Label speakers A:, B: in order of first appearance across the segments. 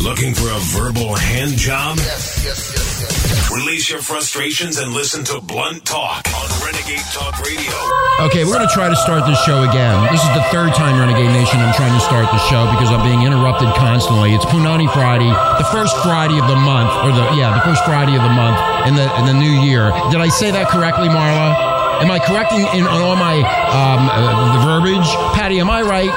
A: Looking for a verbal hand job?
B: Yes, yes, yes, yes.
A: Release your frustrations and listen to Blunt Talk on Renegade Talk Radio.
C: Okay, we're going to try to start this show again. This is the third time, Renegade Nation, I'm trying to start the show because I'm being interrupted constantly. It's Punani Friday, the first Friday of the month, or the yeah, the first Friday of the month in the in the new year. Did I say that correctly, Marla? Am I correcting in on all my um, uh, the verbiage? Patty, am I right?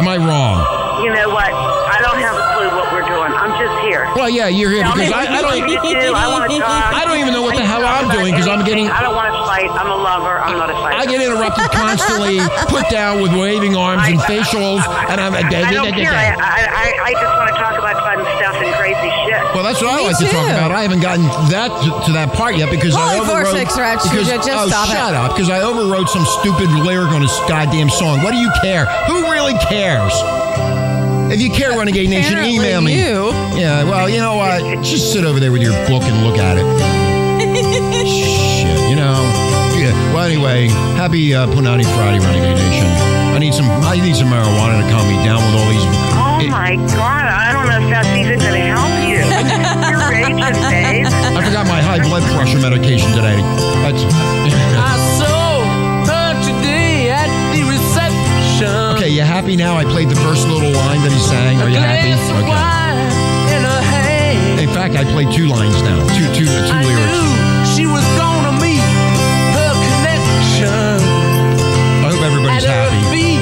C: Am I wrong?
D: You know what? I don't have a clue what we're doing. I'm just here.
C: Well, yeah, you're here
D: Tell me
C: because I, I
D: what you want me
C: don't.
D: to do. I want to talk.
C: I don't even know what the
D: I
C: hell
D: talk
C: I'm
D: about
C: doing 'cause I'm
D: anything.
C: getting-
D: I don't want to fight. I'm a lover. I'm not a fighter.
C: I get interrupted constantly, put down with waving arms and facials, and I'm.
D: I don't care. I, I, I- I just want to talk about fun stuff and crazy shit.
C: Well, that's what I
E: Me
C: like to talk
E: too.
C: about. I haven't gotten that to, to that part yet because I
E: Holy
C: overwrote.
E: forceps, Reg.
C: because,
E: Just
C: oh,
E: stop it.
C: shut up! Because I overwrote some stupid lyric on this goddamn song. What do you care? Who really cares? If you care, Renegade Nation,
E: Apparently
C: email me.
E: you.
C: Yeah. Well, you know what? Just sit over there with your book and look at it. Shit. You know. Yeah. Well, anyway, happy uh, Punani Friday, Renegade Nation. I need some. I need some marijuana to calm me down with all these. eh,
D: oh
C: it-
D: my god! I don't know if that's even going to help you. You're raging, babe.
C: I forgot my high blood pressure medication today. That's.
F: I saw her today at the reception.
C: Okay, you happy now? I played the first little line that he sang. Are you happy?
F: Glass of
C: Okay.
F: wine in her hand.
C: In fact, I played two lines now. Two, two, two
F: I
C: lyrics.
F: knew she was gonna meet her connection.
C: I hope everybody's
F: at her
C: happy.
F: feet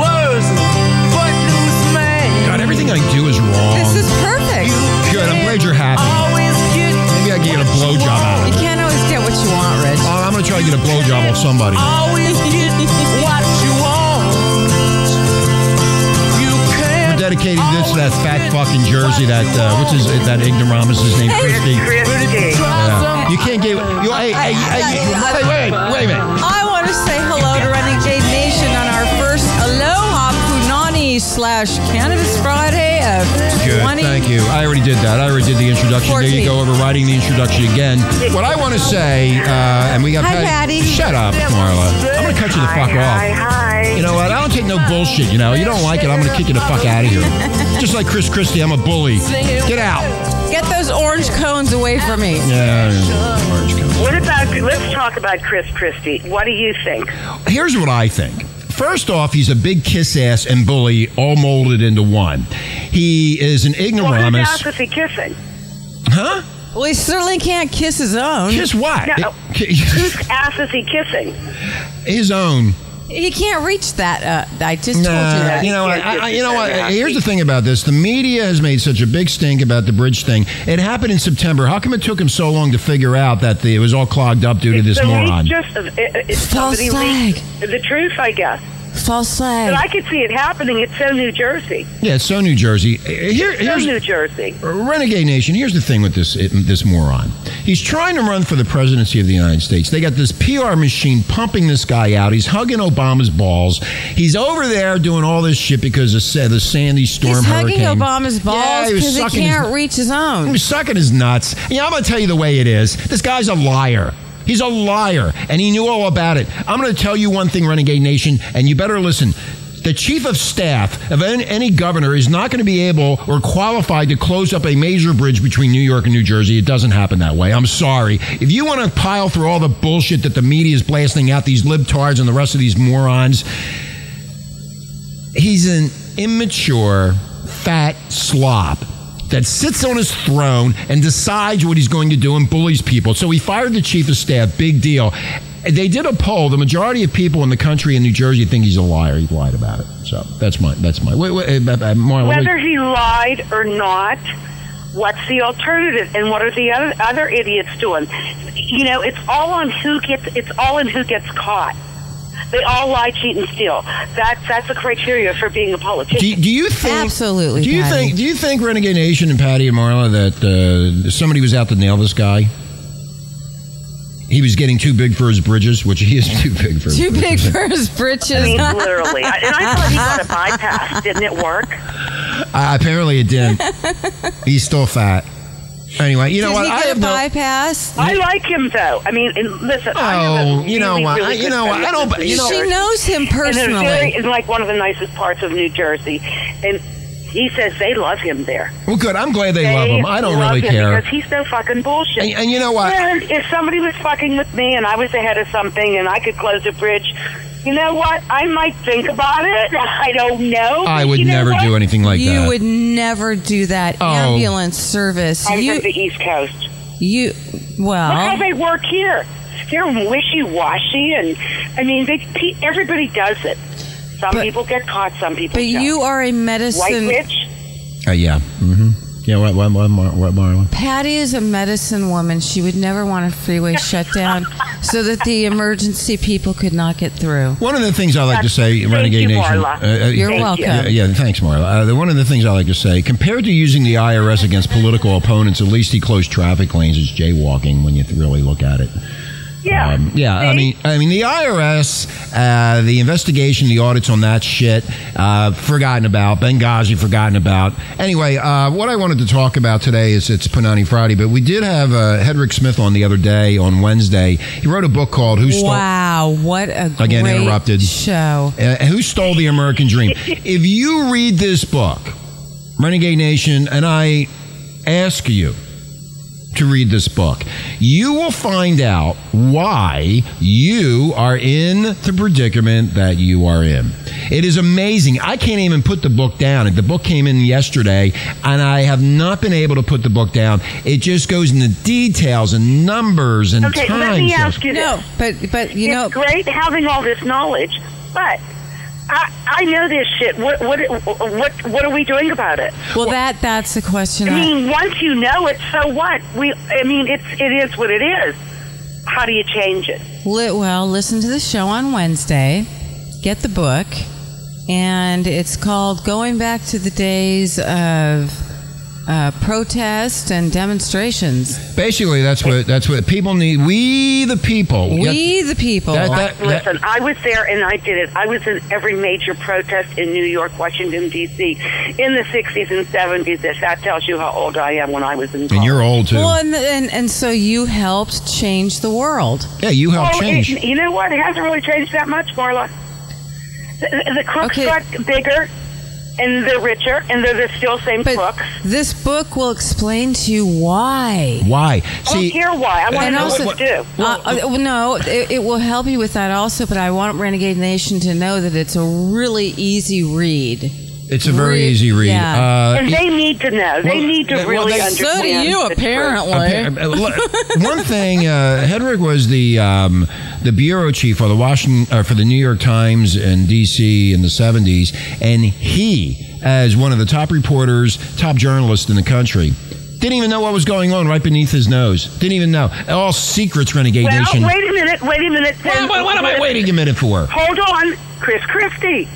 F: was a footloose man.
C: God, everything I do is wrong.
E: This is perfect.
C: Good, I'm glad you're happy.
F: Always get
C: Maybe I can get a
F: what you
C: blowjob out of
E: You
C: it.
E: can't always get what you want, Rich.
C: Uh, I'm gonna try to get a blowjob off somebody.
F: Always get what you want. You can't
C: We're dedicating this to that fat fucking Jersey. That uh, what's his that ignoramus? His name Christy.
D: Christy.
C: Yeah. You can't get. You, hey, hey, hey, hey, wait, wait a minute.
E: I want to say hello to Renegade Nation on our first Aloha Punani slash Cannabis Friday of
C: Good,
E: 20.
C: thank you. I already did that. I already did the introduction. There you
E: 14.
C: go, overriding the introduction again. What I want to say, uh, and we got
E: Hi, Patty.
C: Shut up, Marla. I'm going to cut you the fuck
D: hi, Hi,
C: off.
D: hi.
C: You know what? I don't take no bullshit. You know, you don't like it. I'm going to kick you the fuck out of here. Just like Chris Christie, I'm a bully. Get out.
E: Get those orange cones away from me.
C: Yeah. orange coat.
D: what about? Let's talk about Chris Christie. What do you think?
C: Here's what I think. First off, he's a big kiss ass and bully all molded into one. He is an
D: Well, whose ass
C: ignoramus.
D: was he kissing?
C: Huh?
E: Well, he certainly can't kiss his own.
C: Kiss what?
D: No. Whose ass is he kissing?
C: His own.
E: He can't reach that. Uh, I just told you that.
C: you know, I,
D: Yeah,
C: I,
D: yeah,
C: you know what?
D: yeah.
C: Here's the thing about this: the media has made such a big stink about the bridge thing. It happened in September. How come it took him so long to figure out that the, it was all clogged up due to this
D: the leak
C: moron?
D: Just, uh, uh, uh,
E: False
D: somebody leaked The truth, I guess.
E: False
D: But
E: flag.
D: I could see it happening. It's so New Jersey.
C: yeah, it's so New Jersey. Here,
D: So
C: here's
D: New Jersey.
C: Renegade Nation, here's the thing with this this moron. He's trying to run for the presidency of the United States. They got this PR machine pumping this guy out. He's hugging Obama's balls. He's over there doing all this shit because of sa- the Sandy storm
E: He's hugging
C: hurricane.
E: Obama's
C: Yeah,
E: balls
C: he was
E: because
C: sucking
E: he
C: his-
E: can't reach his own.
C: He's sucking his nuts. Yeah, I'm going to tell you the way it is. This guy's a liar. He's a liar, and he knew all about it. I'm going to tell you one thing, Renegade Nation, and you better listen. The chief of staff of an- any governor is not going to be able or qualified to close up a major bridge between New York and New Jersey. It doesn't happen that way. I'm sorry. If you want to pile through all the bullshit that the media is blasting out, these libtards and the rest of these morons, he's an immature, fat slop that sits on his throne and decides what he's going to do and bullies people. So he fired the chief of staff. Big deal. They did a poll. The majority of people in the country in New Jersey think he's a liar. He lied about it. So that's my that's my. Wait, wait, uh, uh, Marla, wait.
D: Whether he lied or not, what's the alternative? And what are the other, other idiots doing? You know, it's all on who gets. It's all in who gets caught. They all lie, cheat, and steal. That's that's the criteria for being a politician.
C: Do, do you think
E: Absolutely,
C: Do you
E: Patty.
C: think do you think Renegade Nation and Patty and Marla that uh, somebody was out to nail this guy? He was getting too big for his bridges, which he is too big for. his
E: Too big
C: bridges.
E: for his britches.
D: I mean, literally. I- And I thought he got a bypass. Didn't it work?
C: Uh, apparently it did. He's still fat. Anyway, you know
E: Did
C: what?
E: he
C: I
E: get
C: have
E: a
C: no-
E: bypass?
D: I like him though. I mean, and listen.
C: Oh, you know what? I- you know what? I don't- you know-
E: she knows him
D: And they're very, Oh
E: personally.
D: it's like one of the nicest parts of New Jersey, and He says they love him there.
C: Well, good. I'm glad they,
D: They
C: love him. I don't
D: love
C: really
D: him
C: care.
D: because he's so fucking bullshit.
C: And- and you know what?
D: And if somebody was fucking with me and I was ahead of something and I could close a bridge, you know what? I might think about it. I don't know.
C: I
D: but
C: would
D: you know
C: never
D: what?
C: do anything like
E: you
C: that.
E: would never do that.
C: Oh.
E: Ambulance service.
D: I'm
E: you,
D: from the East Coast.
E: you.
D: Look how
E: Well,
D: they work here. They're wishy-washy, and I mean, they, pe- everybody does it. Some
E: But-
D: people get caught. Some people.
E: but
D: don't.
E: you are a
D: white
E: medicine.
D: rich.
C: Uh, yeah. Mm-hmm. Yeah. What? What? What? What? What? what?
E: Patty is a medicine woman. She would never want a freeway shut down so that the emergency people could not get through.
C: One of the things I like to say,
D: Thank
C: Renegade
D: you,
C: Nation. uh,
D: Marla.
E: You're
C: yeah,
E: welcome.
C: Yeah, yeah, thanks, Marla. Uh, the- one of the things I like to say, compared to using the IRS against political opponents, at least he closed traffic lanes is jaywalking when you th- really look at it.
D: Yeah.
C: Um, yeah. I
D: See?
C: mean, I mean, the IRS, uh, the investigation, the audits on that shit, uh, forgotten about. Benghazi, forgotten about. Anyway, uh, what I wanted to talk about today is it's Panani Friday, but we did have uh, Hedrick Smith on the other day on Wednesday. He wrote a book called "Who Stole."
E: Wow, what a
C: Again,
E: great
C: interrupted.
E: show.
C: Uh, who stole the American dream? if you read this book, Renegade Nation, and I ask you to read this book, you will find out why you are in the predicament that you are in. It is amazing. I can't even put the book down. The book came in yesterday, and I have not been able to put the book down. It just goes into details and numbers and
D: Okay,
C: times.
D: let me ask you
E: No,
D: this.
E: but but you know,
D: it's great having all this knowledge, but I, I know this shit. What, what, what, what are we doing about it?
E: well that that's the question.
D: I
E: I-
D: mean, once you know it, so what? We, I mean, it's it is what it is. How do you change it?
E: Li- well, listen to the show on Wednesday. Get the book, and it's called "Going Back to the Days of uh, Protest and Demonstrations."
C: Basically, that's what that's what people need. We the people.
E: We the people.
C: That- that- that-
D: Listen, I was there and I did it. I was in every major protest in New York, Washington D.C. in the '60s and '70s. If that tells you how old I am, when I was in.
C: and you're old too.
E: well, and, and and so you helped change the world.
C: yeah, you helped
D: Oh,
C: change.
D: It, you know what? It hasn't really changed that much, Marla. The, the- the crooks
E: Okay.
D: got bigger, and they're richer, and they're the still same
E: But
D: crooks.
E: this book will explain to you why.
C: Why?
D: I
C: See,
D: don't care why. I want to
E: And
D: know
E: also-
D: Oh, what to do.
E: Uh, uh, no, it, it will help you with that also, but I want Renegade Nation to know that it's a really easy read.
C: it's a very
E: Re-
C: easy read.
E: yeah.
C: Uh,
D: And they need to know. They
C: well,
D: need to
C: well,
D: really
C: they- So
D: understand. the truth.
C: appa- uh, look, one thing, uh, Hedrick was the um, the bureau chief for the Washington uh, for the New York Times in D.C. in the '70s, and he, as one of the top reporters, top journalists in the country. Didn't even know what was going on right beneath his nose. Didn't even know. All secrets, Renegade
D: Well,
C: Nation.
D: wait a minute. Wait a minute. then.
C: What, what- what am I waiting a minute for?
D: Hold on, Chris Christie.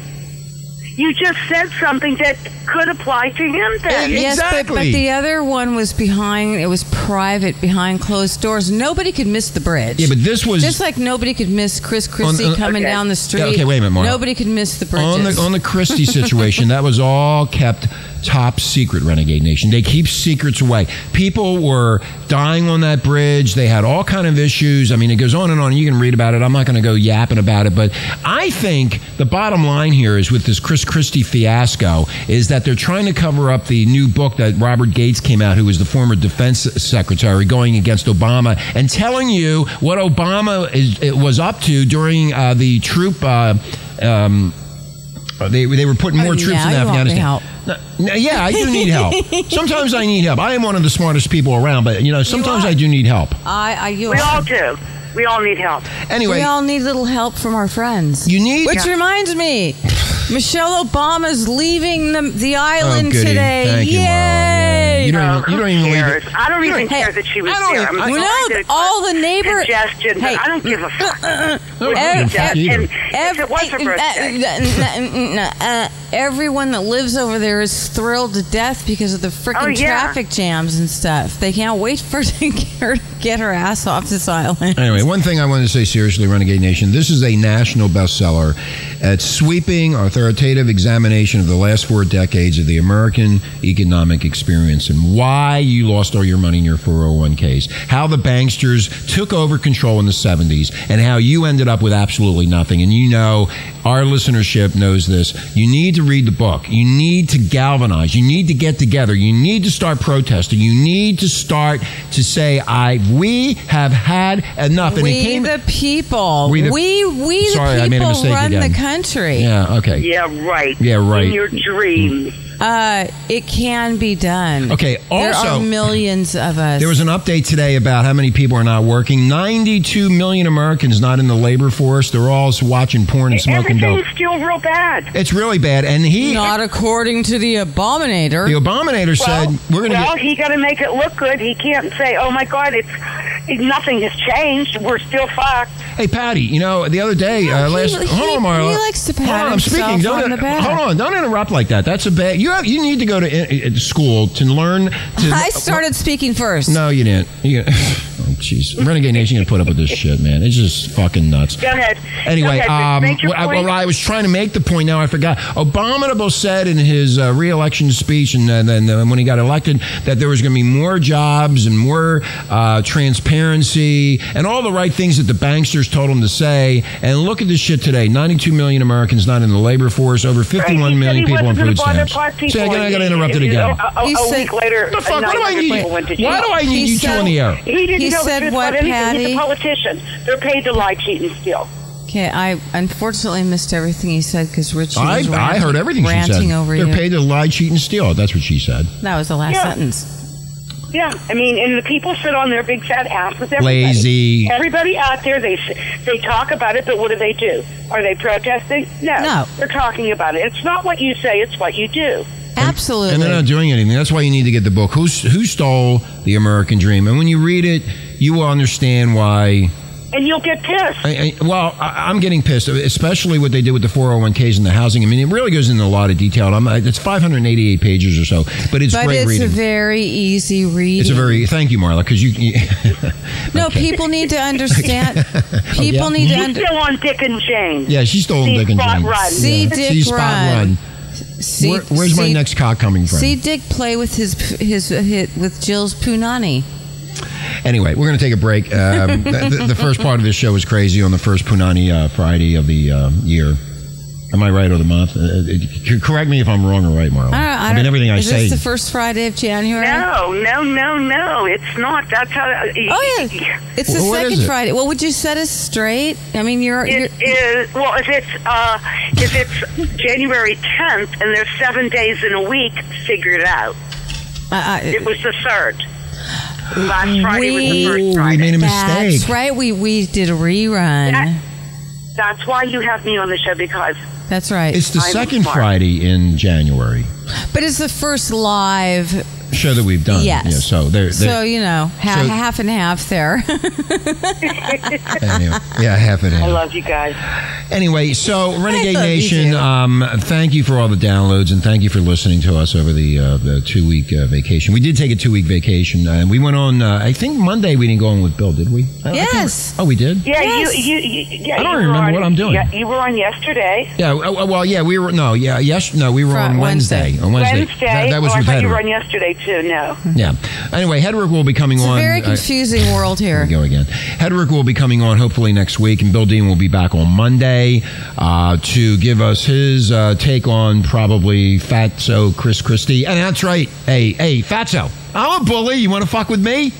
D: You just said something that could apply to him. Then
C: Yeah.
E: Yes, but, but
C: Exactly.
E: the other one was behind. It was private, behind closed doors. Nobody could miss the bridge.
C: Yeah, but this was
E: just like nobody could miss Chris Christie
C: on-
E: coming
D: Okay.
E: down the street.
C: Yeah, okay, wait a minute, Marla.
E: Nobody could miss the bridges.
C: on the on the Christie situation. that was all kept top secret, Renegade Nation. They keep secrets away. People were dying on that bridge. They had all kind of issues. I mean, it goes on and on. You can read about it. I'm not going to go yapping about it, but I think the bottom line here is with this Chris Christie fiasco is that they're trying to cover up the new book that Robert Gates came out, who was the former defense secretary, going against Obama and telling you what Obama is, it was up to during uh, the troop. Uh, um, uh, They, they were putting
E: Oh,
C: more troops
E: now
C: in
E: you want me
C: Afghanistan.
E: help.
C: No, no, yeah, I do need help. sometimes I need help. I am one of the smartest people around, but you know, sometimes
E: are.
C: I do need help.
E: I, I, you
D: we all do. We all need help.
C: Anyway,
E: we all need little help from our friends.
C: you need
E: Which reminds me, Michelle Obama's leaving the, the island
C: Oh, goody.
E: today.
C: Thank you, Marla. Yeah,
E: Yay!
C: you don't
D: Oh,
C: even- you
D: who
C: don't even leave
D: cares?
C: it.
D: I don't
C: You
D: even
C: don't-
D: care
E: Hey,
D: that she was
C: I don't
D: there.
C: even-
D: I'm
C: I-
E: You
D: sorry
E: know,
D: that it
E: all
D: caused
E: the neighbor-
D: congestion. but
E: Hey.
D: I don't give a
C: Uh,
D: fuck. We're
E: Ev-
D: congested,
E: ev-
D: and if it was her
E: ev-
D: birthday.
E: eh, uh, uh, uh, Everyone that lives over there is thrilled to death because of the freaking
D: Oh, yeah.
E: traffic jams and stuff. They can't wait for to get her, get her ass off this island.
C: Anyway, one thing I wanted to say seriously, Renegade Nation, this is a national bestseller. It's sweeping, authoritative examination of the last four decades of the American economic experience and why you lost all your money in your 401ks, how the banksters took over control in the 70s, and how you ended up with absolutely nothing. And you know, Our listenership knows this. You need to read the book. You need to galvanize. You need to get together. You need to start protesting. You need to start to say, "I we have had enough." And it
E: we
C: came.
E: the people.
C: We
E: We
C: the-
E: we, the
C: Sorry, I
E: people
C: made a mistake
E: run
C: again.
E: the country.
C: yeah. Okay.
D: Yeah, right.
C: Yeah, right.
D: In your dreams.
E: Uh, it can be done.
C: Okay,
E: there
C: also-
E: are millions of us.
C: There was an update today about how many people are not working. 92 million Americans not in the labor force. They're all watching porn and smoking dope.
D: Everything's still real bad.
C: It's really bad. And he,
E: not according to the abominator.
C: the abominator,
D: Well,
C: said, "We're going to
D: well
C: get."
D: he got to make it look good. He can't say, "Oh my God, it's nothing has changed. We're still fucked."
C: Hey, Patty, you know the other day,
E: No,
C: uh,
E: he-
C: last
E: he-
C: hold on, Marla.
E: he likes to pat
C: hold on, I'm
E: himself
C: speaking. Don't
E: on the back.
C: hold on, don't interrupt like that. That's a bad. You have, you need to go to in, in school to learn. To,
E: I started speaking first.
C: No, you didn't. You, oh, jeez, Renegade Nation gonna put up with this shit, man. It's just fucking nuts.
D: Go ahead.
C: Anyway,
D: Go ahead,
C: um,
D: make your
C: what I,
D: point.
C: well, I was trying to make the point. Now I forgot. Abominable said in his uh, reelection speech, and uh, then then- then when he got elected, that there was going to be more jobs and more uh, transparency and all the right things that the banksters told him to say. And look at this shit today: 92 million Americans not in the labor force, over 51
D: He said
C: million
D: he
C: people on
D: wasn't
C: food
D: gonna bother
C: stamps.
D: black
C: See,
D: people.
C: again, I got
D: He-
C: interrupted
D: he-
C: again.
D: A, a,
E: He
D: a
E: said-
D: week later,
C: The fuck? What do I
D: 900
C: need?
D: people went to
C: Why
D: jail.
C: do I need
E: He
C: you two
E: said-
C: on the air?
D: He didn't
E: He
D: know the
E: said
D: truth
E: what,
D: about anything. He's
E: Patty?
D: a politician. They're paid to lie, cheat, and steal.
E: Okay, I unfortunately missed everything he said because Richie
C: I,
E: was
C: I
E: ranting-
C: heard everything she said.
E: ranting over
C: They're
E: you.
C: paid to lie, cheat, and steal. That's what she said.
E: that was the last
D: Yeah.
E: sentence.
D: Yeah, I mean, and the people sit on their big fat asses. Everybody.
C: Lazy.
D: Everybody out there, they they talk about it, but what do they do? Are they protesting? No,
E: No.
D: they're talking about it. It's not what you say; it's what you do.
E: Absolutely.
C: And they're not doing anything. That's why you need to get the book. Who who stole the American dream? And when you read it, you will understand why.
D: And you'll get pissed.
C: I, I, well, I, I'm getting pissed, especially what they did with the 401ks and the housing. I mean, it really goes into a lot of detail. and I'm, it's 588 pages or so, but it's
E: but
C: great
E: it's
C: reading.
E: a very easy read.
C: it's a very thank you, Marla, because you. you
E: no.
C: Okay.
E: People need to understand. People
C: yeah.
E: need to
D: He's
E: under,
D: still on Dick and Jane.
C: Yeah, she stole
D: See
C: Dick and
D: Spot
C: Jane.
D: Run.
E: See
C: yeah.
E: Dick
C: see spot
E: Run.
C: run.
E: see.
C: Where, where's my
E: see-
C: next cock coming from?
E: See Dick play with his his, his with Jill's punani.
C: Anyway, we're going to take a break. Um, th- th- the first part of this show was crazy on the first Punani uh, Friday of the uh, year. Am I right or the month? Uh, Uh, uh, correct me if I'm wrong or right, Marla.
E: I, don't, I, don't,
C: mean, everything I
E: is
C: say.
E: this the first Friday of January?
D: No, no, no, no. It's not. That's how. uh,
E: Oh yeah, it's the
C: Wh- what is
E: second
C: it?
E: Friday. Well, would you set us straight? I mean, you're, you're
D: It is well if it's uh, if it's January 10th and there's seven days in a week. Figure it out.
E: I,
D: It was the third. Last Friday was the
E: We-
D: first
C: Ooh, we
D: Friday.
C: made a
E: That's
C: mistake.
E: right. We we did a rerun.
D: That- That's why you have me on the show because
E: That's right.
C: It's the
D: I'm
C: second
D: smart.
C: Friday in January
E: but it's the first live.
C: show that we've done.
E: Yes.
C: Yeah, so there.
E: So
C: there
E: you know, ha-
C: So-
E: half and half there.
C: anyway, yeah, half and half.
D: I love you guys.
C: Anyway, so Renegade
E: love you
C: Nation,
E: too.
C: um, thank you for all the downloads and thank you for listening to us over the uh, the two week uh, vacation. We did take a two week vacation uh, and we went on. Uh, I think Monday we didn't go on with Bill, did we? I- I can't-
E: Yes.
C: oh, we did.
D: Yeah,
E: Yes.
D: you, you, you, yeah.
C: I don't
D: you were
C: remember
D: on-
C: what I'm doing.
D: Yeah, you were on yesterday.
C: Yeah. oh, oh, Well, yeah, we were. No, yeah, yes, no, we were
E: Fri-
C: on Wednesday.
E: Wednesday.
C: On Wednesday.
D: Wednesday.
C: That, that was
D: oh, I
C: with
D: thought you were on
C: Hedrick.
D: yesterday too. No.
C: Yeah. Anyway, Hedrick will be coming
E: It's a
C: on.
E: very
C: uh,
E: confusing world
C: Here
E: here.
C: we go again. Hedrick will be coming on hopefully next week, and Bill Dean will be back on Monday uh, to give us his uh, take on probably Fatso Chris Christie. And that's right. Hey, hey, Fatso, I'm a bully. You want to fuck with me?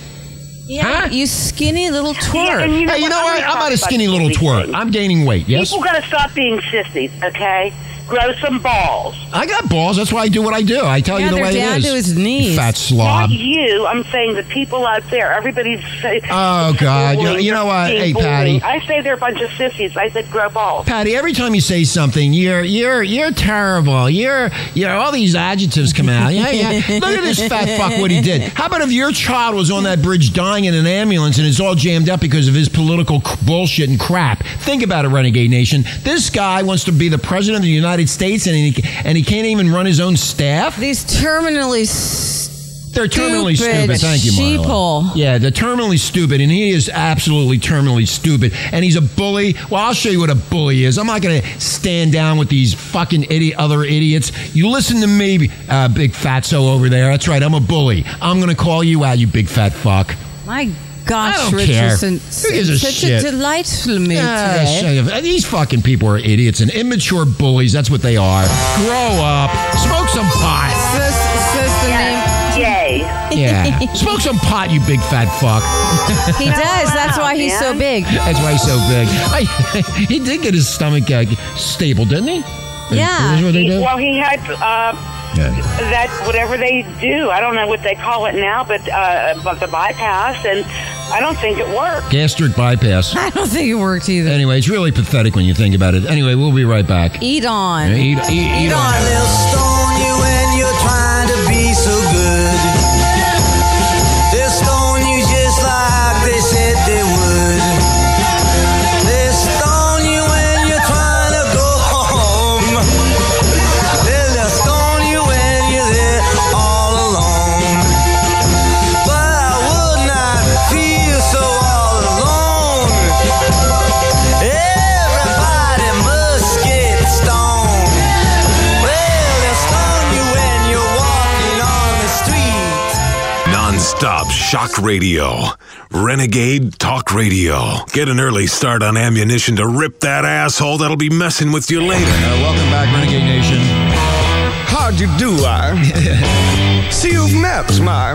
E: Yeah,
C: Huh?
E: you skinny little
D: Yeah, and
E: twerp.
C: hey, you know
D: I'm
C: what? I'm
D: gonna
C: not
D: talk
C: a skinny
D: about
C: little
D: these
C: twerp.
D: things.
C: I'm gaining weight. Yes,
D: People gotta stop being sissies, okay? Grow some balls.
C: I got balls. That's why I do what I do. I tell
E: Yeah,
C: you the
E: they're
C: way
E: down
C: it is.
E: to his knees.
C: Fat slob.
D: Not you. I'm saying the people out there. Everybody's. Say,
C: Oh, God. You know- you know what?
D: being
C: Hey,
D: bullied.
C: Patty.
D: I say they're a bunch of sissies. I said grow balls.
C: Patty, every time you say something, you're you're you're terrible. You're you know all these adjectives come out. Yeah, yeah. Look at this fat fuck what he did. How about if your child was on that bridge dying in an ambulance and it's all jammed up because of his political c- bullshit and crap? Think about it, Renegade Nation. This guy wants to be the president of the United States and he and he can't even run his own staff.
E: These terminally stupid
C: They're terminally stupid. Thank you, Marla.
E: sheeple.
C: Yeah, they're terminally stupid, and he is absolutely terminally stupid, and he's a bully. Well, I'll show you what a bully is. I'm not going to stand down with these fucking idi- other idiots. You listen to me, uh, big fatso over there. That's right, I'm a bully. I'm going to call you out, you big fat fuck.
E: My gosh,
C: I don't care.
E: Richardson.
C: Who gives a
E: such
C: shit?
E: a delightful mood
C: Ah,
E: today.
C: shut up. These fucking people are idiots and immature bullies. That's what they are. Grow up. Smoke some pot.
E: Says, says the
D: Yay.
C: Yeah. Smoke some pot, you big fat fuck.
E: name. He does. That's why he's so
D: man.
E: big.
C: That's why he's so big. I, eh, he did get his stomach uh, stable, didn't he?
E: Yeah.
C: Is that what they
D: He-
C: do?
D: well, he had uh,
C: Yeah.
D: that whatever they do. I don't know what they call it now, but uh, but the bypass, and I don't think it worked.
C: Gastric bypass.
E: I don't think it worked either.
C: Anyway, it's really pathetic when you think about it. Anyway, we'll be right back.
E: Eat on.
C: Eat, eat, eat on.
B: They'll stone you when you're trying to be so good. They'll stone you just like they said they would. They'll stone you when you're trying to go home. They'll stone you when you're there all alone. But I would not feel so all alone. Everybody must get stoned. Well, they'll stone you when you're walking on the street.
A: Non-stop shock radio. Renegade Talk Radio. Get an early start on ammunition to rip that asshole that'll be messing with you later.
C: welcome back, Renegade Nation.
G: How'd you do, I? See you've met my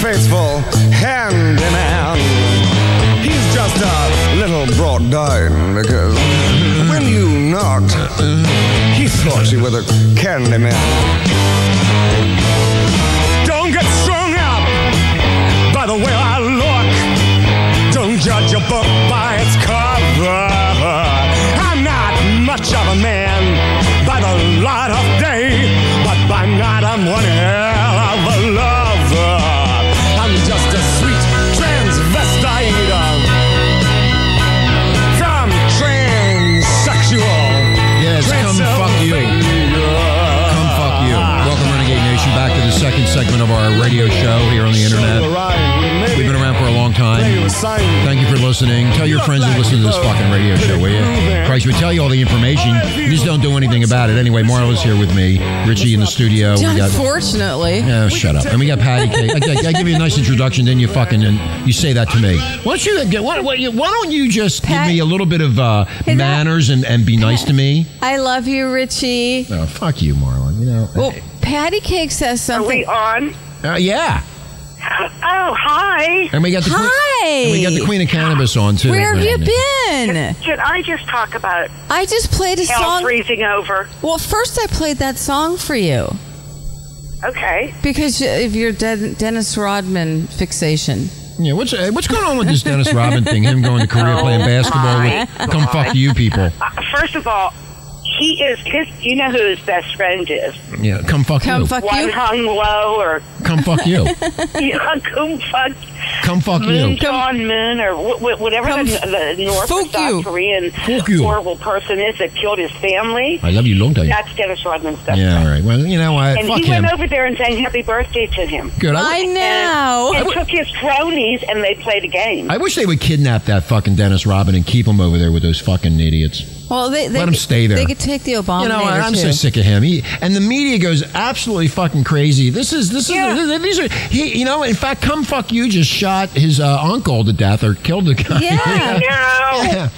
G: faithful hand in hand. He's just a little brought down because when you knocked, he thought you were the candy man. Don't get strung up by the way I look. Don't judge a book by its cover. I'm not much of a man by the light of day, but by night I'm one hell of a lover. I'm just a sweet transvestite from transsexual.
C: Yes, come fuck you. Come fuck you. Welcome, Renegade Nation, back to the second segment of our radio show here on the internet. We've been around for a long time. Thank you for listening. Tell your friends to listen to this fucking radio show, will you? Christ, we tell you all the information. You just don't do anything about it. Anyway, Marla's here with me. Richie in the studio. We got.
E: Unfortunately.
C: Oh, shut up. And we got Patty Cake. I, I, I give you a nice introduction, then you fucking and you say that to me. Why don't you get? Why, why why don't you just
E: Pat-
C: give me a little bit of uh,
E: Hey, that-
C: manners and, and be nice to me?
E: I love you, Richie.
C: No, Oh, fuck you, Marlon. You know.
E: Well, Patty Cake says
D: Are we
E: something.
D: on?
C: Uh, yeah.
D: Oh, hi.
C: And we got the
E: Hi.
C: Queen, and we got the Queen of Cannabis on too.
E: Where have you been?
D: Can I just talk about
E: I just played a
D: hell
E: song.
D: freezing over?
E: Well, first I played that song for you
D: Okay.
E: because you- of your Den- Dennis Rodman fixation.
C: Yeah, what's uh, what's going on with this Dennis Rodman thing? Him going to Korea
D: Oh,
C: playing basketball
D: my
C: with come fuck you people.
D: Uh, first of all, he is his. You know who his best friend is?
C: Yeah, come fuck
E: Come
C: you.
E: fuck
D: One
E: you.
D: hung low or
C: come fuck you.
D: yeah, Kung Fuck
C: Come fuck
D: Moon
C: you.
D: John Moon or wh- wh- whatever
E: Come
D: the, the North or
E: fuck you.
D: South Korean
C: Fuck you.
D: horrible person is that killed his family.
C: I love you long time.
D: That's Dennis Rodman's best
C: Yeah,
D: friend.
C: all right. Well, you know what?
D: And
C: fuck
D: he
C: him.
D: went over there and sang happy birthday to him.
C: Good. I-
E: I
D: And,
E: know.
D: and took his cronies and they played a game.
C: I wish they would kidnap that fucking Dennis Robin and keep him over there with those fucking idiots.
E: Well, they, they
C: Let him
E: could-
C: stay there.
E: They could take the Obama.
C: You know,
E: mayor,
C: I'm
E: too.
C: so sick of him. He, and the media goes absolutely fucking crazy. This is this is these are he. You know, in fact, come fuck you just shot his uh, uncle to death or killed the guy.
E: Yeah.
D: no.
C: yeah.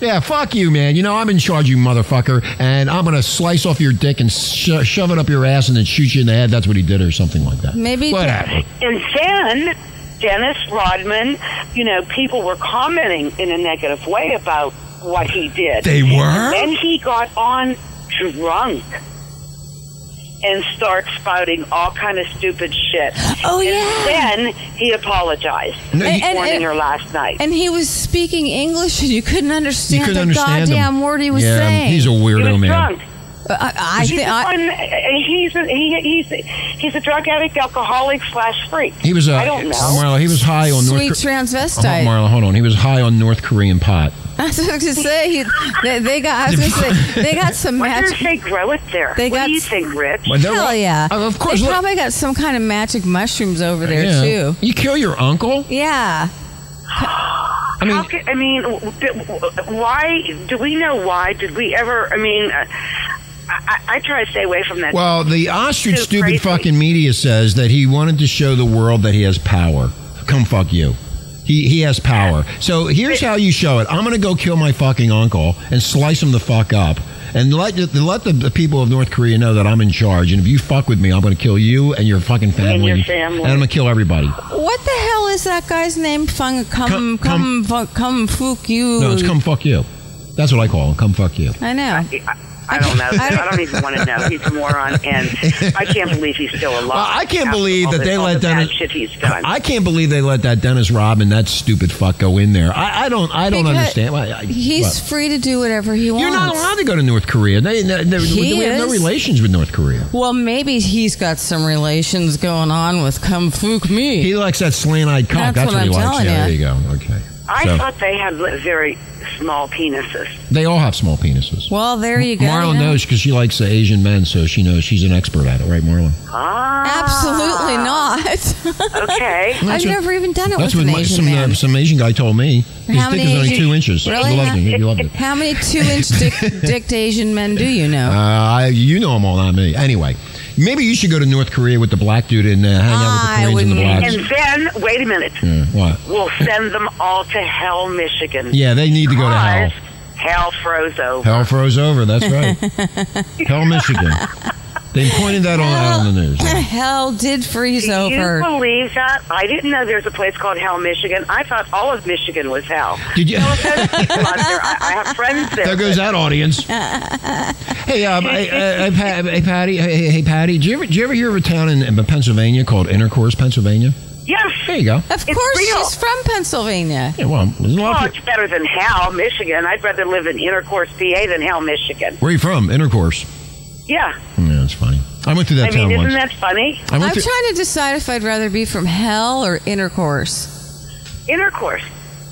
C: Yeah, fuck you, man. You know I'm in charge, you motherfucker, and I'm gonna slice off your dick and sho- shove it up your ass and then shoot you in the head. That's what he did, or something like that.
E: Maybe-
C: whatever.
D: And then Dennis Rodman, you know, people were commenting in a negative way about what he did.
C: They were?
D: Then he got on drunk and starts spouting all kind of stupid shit.
E: Oh,
D: and
E: yeah.
D: Then he apologized
C: No,
D: this
C: he-
E: And-
D: morning
E: and-
D: or last night.
E: And he was speaking English, and you couldn't understand
C: You couldn't
E: a
C: understand
E: goddamn
C: him.
E: word he was
C: yeah,
E: saying.
C: He's a
D: he
C: weirdo,
D: was
C: man.
D: drunk.
E: I, I
D: He's,
E: thi-
D: a
E: I,
D: fun- he's, a, he, he's, a, he's a drug addict, alcoholic slash freak.
C: He was. Uh,
D: I don't know.
C: Marlo, he was high on
E: sweet
C: North. Cor-
E: transvestite.
C: Hold on, Marla, hold on. He was high on North Korean pot.
E: I was going to say he, they, they got. I was going to say they got some
D: Why
E: magic.
D: did they grow it there?
E: They
D: what
E: got
D: do you
E: s-
D: think, Rich?
E: Hell yeah!
C: Uh, of course.
E: they
C: look-
E: probably got some kind of magic mushrooms over there
C: yeah.
E: too.
C: You kill your uncle?
E: Yeah,
C: I mean,
D: How could, I mean, w- w- why do we know why did we ever? I mean, uh, I, I I try to stay away from that.
C: well, the ostrich
D: Too
C: stupid
D: crazy.
C: fucking media says that he wanted to show the world that he has power. Come fuck you. He, he has power. So here's how you show it. I'm going to go kill my fucking uncle and slice him the fuck up. And let, the- let the, the people of North Korea know that I'm in charge. And if you fuck with me, I'm going to kill you and your fucking family.
D: And your family.
C: And I'm going to kill everybody.
E: What the hell is that guy's name? Fung,
C: Come-
E: come, come, come, come, fuck you.
C: No, it's come fuck you. That's what I call him. Come fuck you.
E: I know.
D: I I don't know. I don't even want to know. He's a moron, and I can't believe he's still alive.
C: Well, I can't
D: after
C: believe
D: all
C: that
D: the-
C: they
D: all
C: let
D: the
C: Dennis.
D: bad shit he's done.
C: I can't believe they let that Dennis Rodman, that stupid fuck, go in there. I, I don't. I don't
E: Because
C: understand. Why, I-
E: He's
C: what?
E: free to do whatever he wants.
C: You're not allowed to go to North Korea. They, they, they,
E: He
C: we have no
E: is.
C: relations with North Korea.
E: Well, maybe he's got some relations going on with come fuck me.
C: He likes that slant-eyed cock. That's,
E: That's what
C: he
E: I'm
C: likes.
E: telling
C: Yeah, there
E: you.
C: you go. Okay.
D: I
C: So,
D: thought they had li- very small penises.
C: they all have small penises.
E: well, there you go.
C: Marla
E: you know?
C: knows because she likes uh, Asian men, so she knows she's an expert at it, right, Marla?
D: Ah,
E: Absolutely not.
D: Okay.
E: I've never even done it
C: That's
E: with
C: what
E: an
C: my,
E: Asian
C: some,
E: man.
C: Uh, some Asian guy told me. His
E: How
C: dick
E: many
C: is only
E: Asian-
C: two inches.
E: Really?
C: He loved it. He loved it.
E: How many two-inch dick, dick Asian men do you know?
C: Uh, I, you know them all, not me. Anyway, maybe you should go to North Korea with the black dude and uh, hang
E: I
C: out with the Koreans and the
E: wouldn't.
C: blacks.
D: And then, wait a minute.
C: Yeah, what?
D: We'll send them all to hell, Michigan.
C: Yeah, they need to go to hell.
D: Because Hell froze over.
C: Hell froze over. That's right. hell, Michigan. They pointed that all out on the news.
E: Hell did freeze
D: Do
E: over.
D: you believe that? I didn't know there's a place called Hell, Michigan. I thought all of Michigan was hell.
C: Did you?
D: No offense, Lester. I, I have friends there.
C: There goes that audience. hey, um, hey, hey, Pa- hey, Patty. Hey, hey, Patty. Did you ever, did you ever hear of a town in, in Pennsylvania called Intercourse, Pennsylvania? There
D: Yes.
C: you go.
E: Of
D: It's
E: course,
D: real.
E: she's from Pennsylvania.
C: Yeah, well, there's a lot
D: Oh,
C: of
D: it's better than Hell, Michigan. I'd rather live in Intercourse, PA than Hell, Michigan.
C: Where are you from? Intercourse.
D: Yeah.
C: Yeah, that's funny. I went through that
D: I mean,
C: town
D: isn't
C: once.
D: that funny?
C: I
E: I'm
C: went through-
E: trying to decide if I'd rather be from hell or intercourse.
D: Intercourse.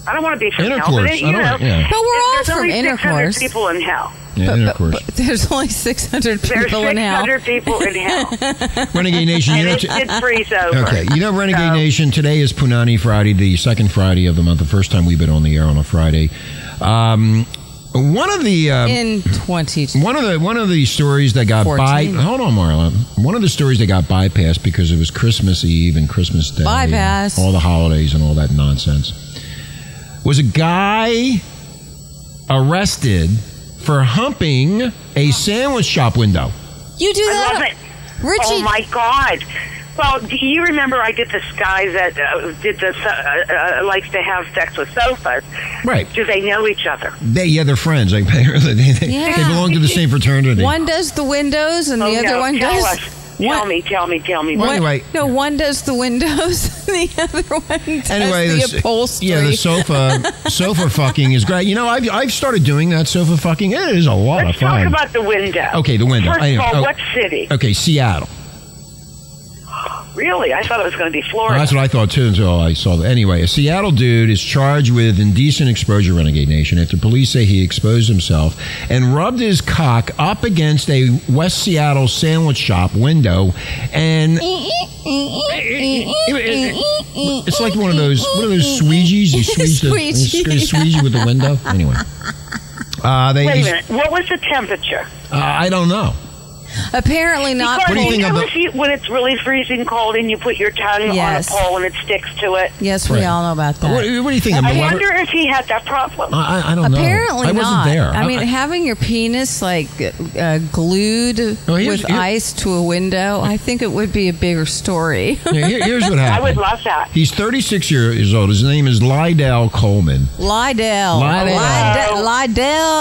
D: I don't want to be from hell,
C: Intercourse.
D: but it, you
C: I don't
D: know,
C: want- yeah.
E: But we're all
D: there's
E: from
D: only 600
E: intercourse.
D: people in hell.
C: yeah, intercourse.
E: But there's only 600 people
D: There's
E: in hell.
D: 600 people in hell.
C: Renegade Nation. You
D: and
C: know,
D: it
C: t-
D: did freeze over.
C: okay, you know, Renegade
D: So-
C: Nation. Today is Punani Friday, the second Friday of the month. The first time we've been on the air on a Friday. Um, one of the um,
E: In 20.
C: one of the one of the stories that got by.
E: 14.
C: Hold on, Marla. One of the stories that got bypassed because it was Christmas Eve and Christmas Day, and
E: Bypass.
C: all the holidays and all that nonsense, was a guy arrested for humping a sandwich shop window.
E: You do
D: I
E: that?
D: love it.
E: Richie,
D: Oh my God. Well, do you remember I did this guy that uh, did this, uh, uh, likes to have sex with sofas?
C: Right.
D: Do they know each other?
C: They yeah, they're friends. Like they, they, they
E: Yeah.
C: belong to the same fraternity.
E: one does the windows and the
D: oh,
E: other
D: no.
E: one
D: tell
E: does.
D: Us.
E: What?
D: Tell me, tell me, tell me.
C: Well,
E: What-
C: anyway.
E: No, one does the windows and the other one does
C: Anyway,
E: the
C: this-
E: upholstery.
C: yeah, the sofa sofa fucking is great. You know, I've I've started doing that sofa fucking. It is a lot
D: Let's
C: of
D: talk
C: fun.
D: about the window.
C: Okay, the window.
D: First
C: I
D: of
C: know.
D: all,
C: Oh.
D: what city?
C: okay, Seattle.
D: Really? I thought it was going to be
C: Well,
D: Florida.
C: that's what I thought too until I saw that. Anyway, a Seattle dude is charged with indecent exposure, Renegade Nation, after police say he exposed himself and rubbed his cock up against a West Seattle sandwich shop window, and it's like one of those what are those squeegees? You squeeze the
E: Squeegee.
C: you squeegee with the window. Anyway, uh, they.
D: Wait a minute. What was the temperature?
C: Uh, I don't know.
E: Apparently not.
C: What
D: because
C: do you think
D: know
C: of the-
D: if you- when it's really freezing cold and you put your tongue
E: Yes.
D: on a pole and it sticks to it?
E: Yes, we
C: Right.
E: all know about that.
C: What, what do you think? I'm
D: I
C: the
D: wonder if he had that problem.
C: I, I- I don't know.
E: Apparently
C: Oh, I wasn't
E: not.
C: there.
E: I mean, having your penis like uh, glued
C: Well, here's-
E: with
C: here-
E: ice to a window, I think it would be a bigger story.
C: Yeah, here- here's what happened.
D: I would love that.
C: He's 36 years old. His name is Lydell Coleman.
E: Lydell,
C: Lie down.
E: Lydell, Lydell,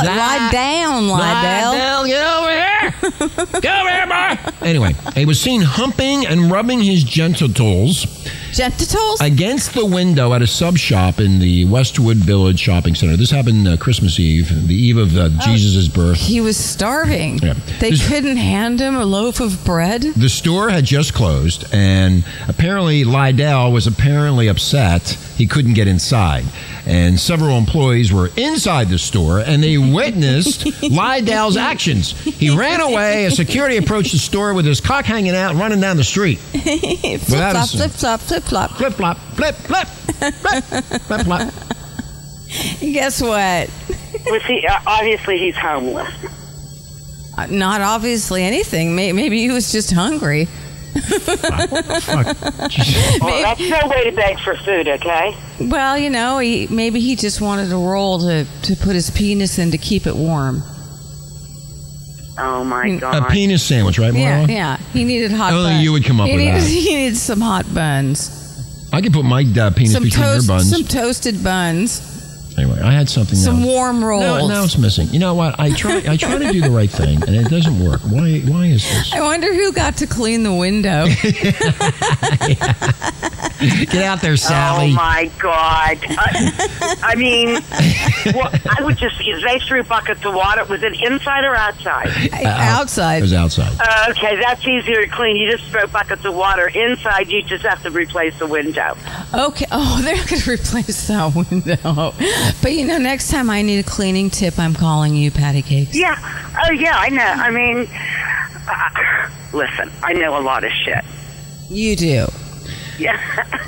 E: lie down, Lydell.
C: get over here. get over here, boy. Anyway, he was seen humping and rubbing his genitals
E: Genitals.
C: against the window at a sub shop in the Westwood Village Shopping Center. This happened uh, Christmas Eve, the eve of
E: Oh.
C: uh, Jesus' birth.
E: He was starving.
C: Yeah.
E: They
C: This-
E: couldn't hand him a loaf of bread.
C: The store had just closed, and apparently Lydell was apparently upset he couldn't get inside. And several employees were inside the store, and they witnessed Lydell's actions. He ran away. A security approached the store with his cock hanging out, running down the street.
E: flip
C: Without
E: flop,
C: a-
E: flip flop, flip flop.
C: Flip flop, flip flip, flip flip flop.
E: Guess what?
D: Was he, uh, obviously, he's homeless.
E: Uh, Not obviously anything. May- Maybe he was just hungry.
C: Fuck. Jesus.
D: Well, that's no way to beg for food, okay?
E: Well, you know, he, maybe he just wanted a roll to, to put his penis in to keep it warm.
D: Oh my
C: A
D: God.
C: penis sandwich, right,
E: Yeah,
C: Marla?
E: yeah. He needed hot.
C: Only
E: buns.
C: you would come up
E: he
C: with
E: needed,
C: that.
E: He needed some hot buns,
C: I could put my uh, penis
E: some
C: between
E: toast,
C: your buns.
E: some toasted buns,
C: Anyway, I had something.
E: some
C: else.
E: warm
C: Now,
E: rolls.
C: now it's missing. You know what? I try. I try to do the right thing, and it doesn't work. Why? Why is this?
E: I wonder who got to clean the window.
C: Get out there,
D: Oh my God! I, I mean, well, I would just—they threw buckets of water. Was it inside or outside?
C: It
E: outside.
C: was outside.
D: Uh, okay, that's easier to clean. You just throw buckets of water inside. You just have to replace the window.
E: Okay. Oh, they're going to replace that window. But you know, next time I need a cleaning tip, I'm calling you, Patty Cakes.
D: Yeah. Oh yeah, I know. I mean, uh, listen, I know a lot of shit.
E: You do.
D: Yeah,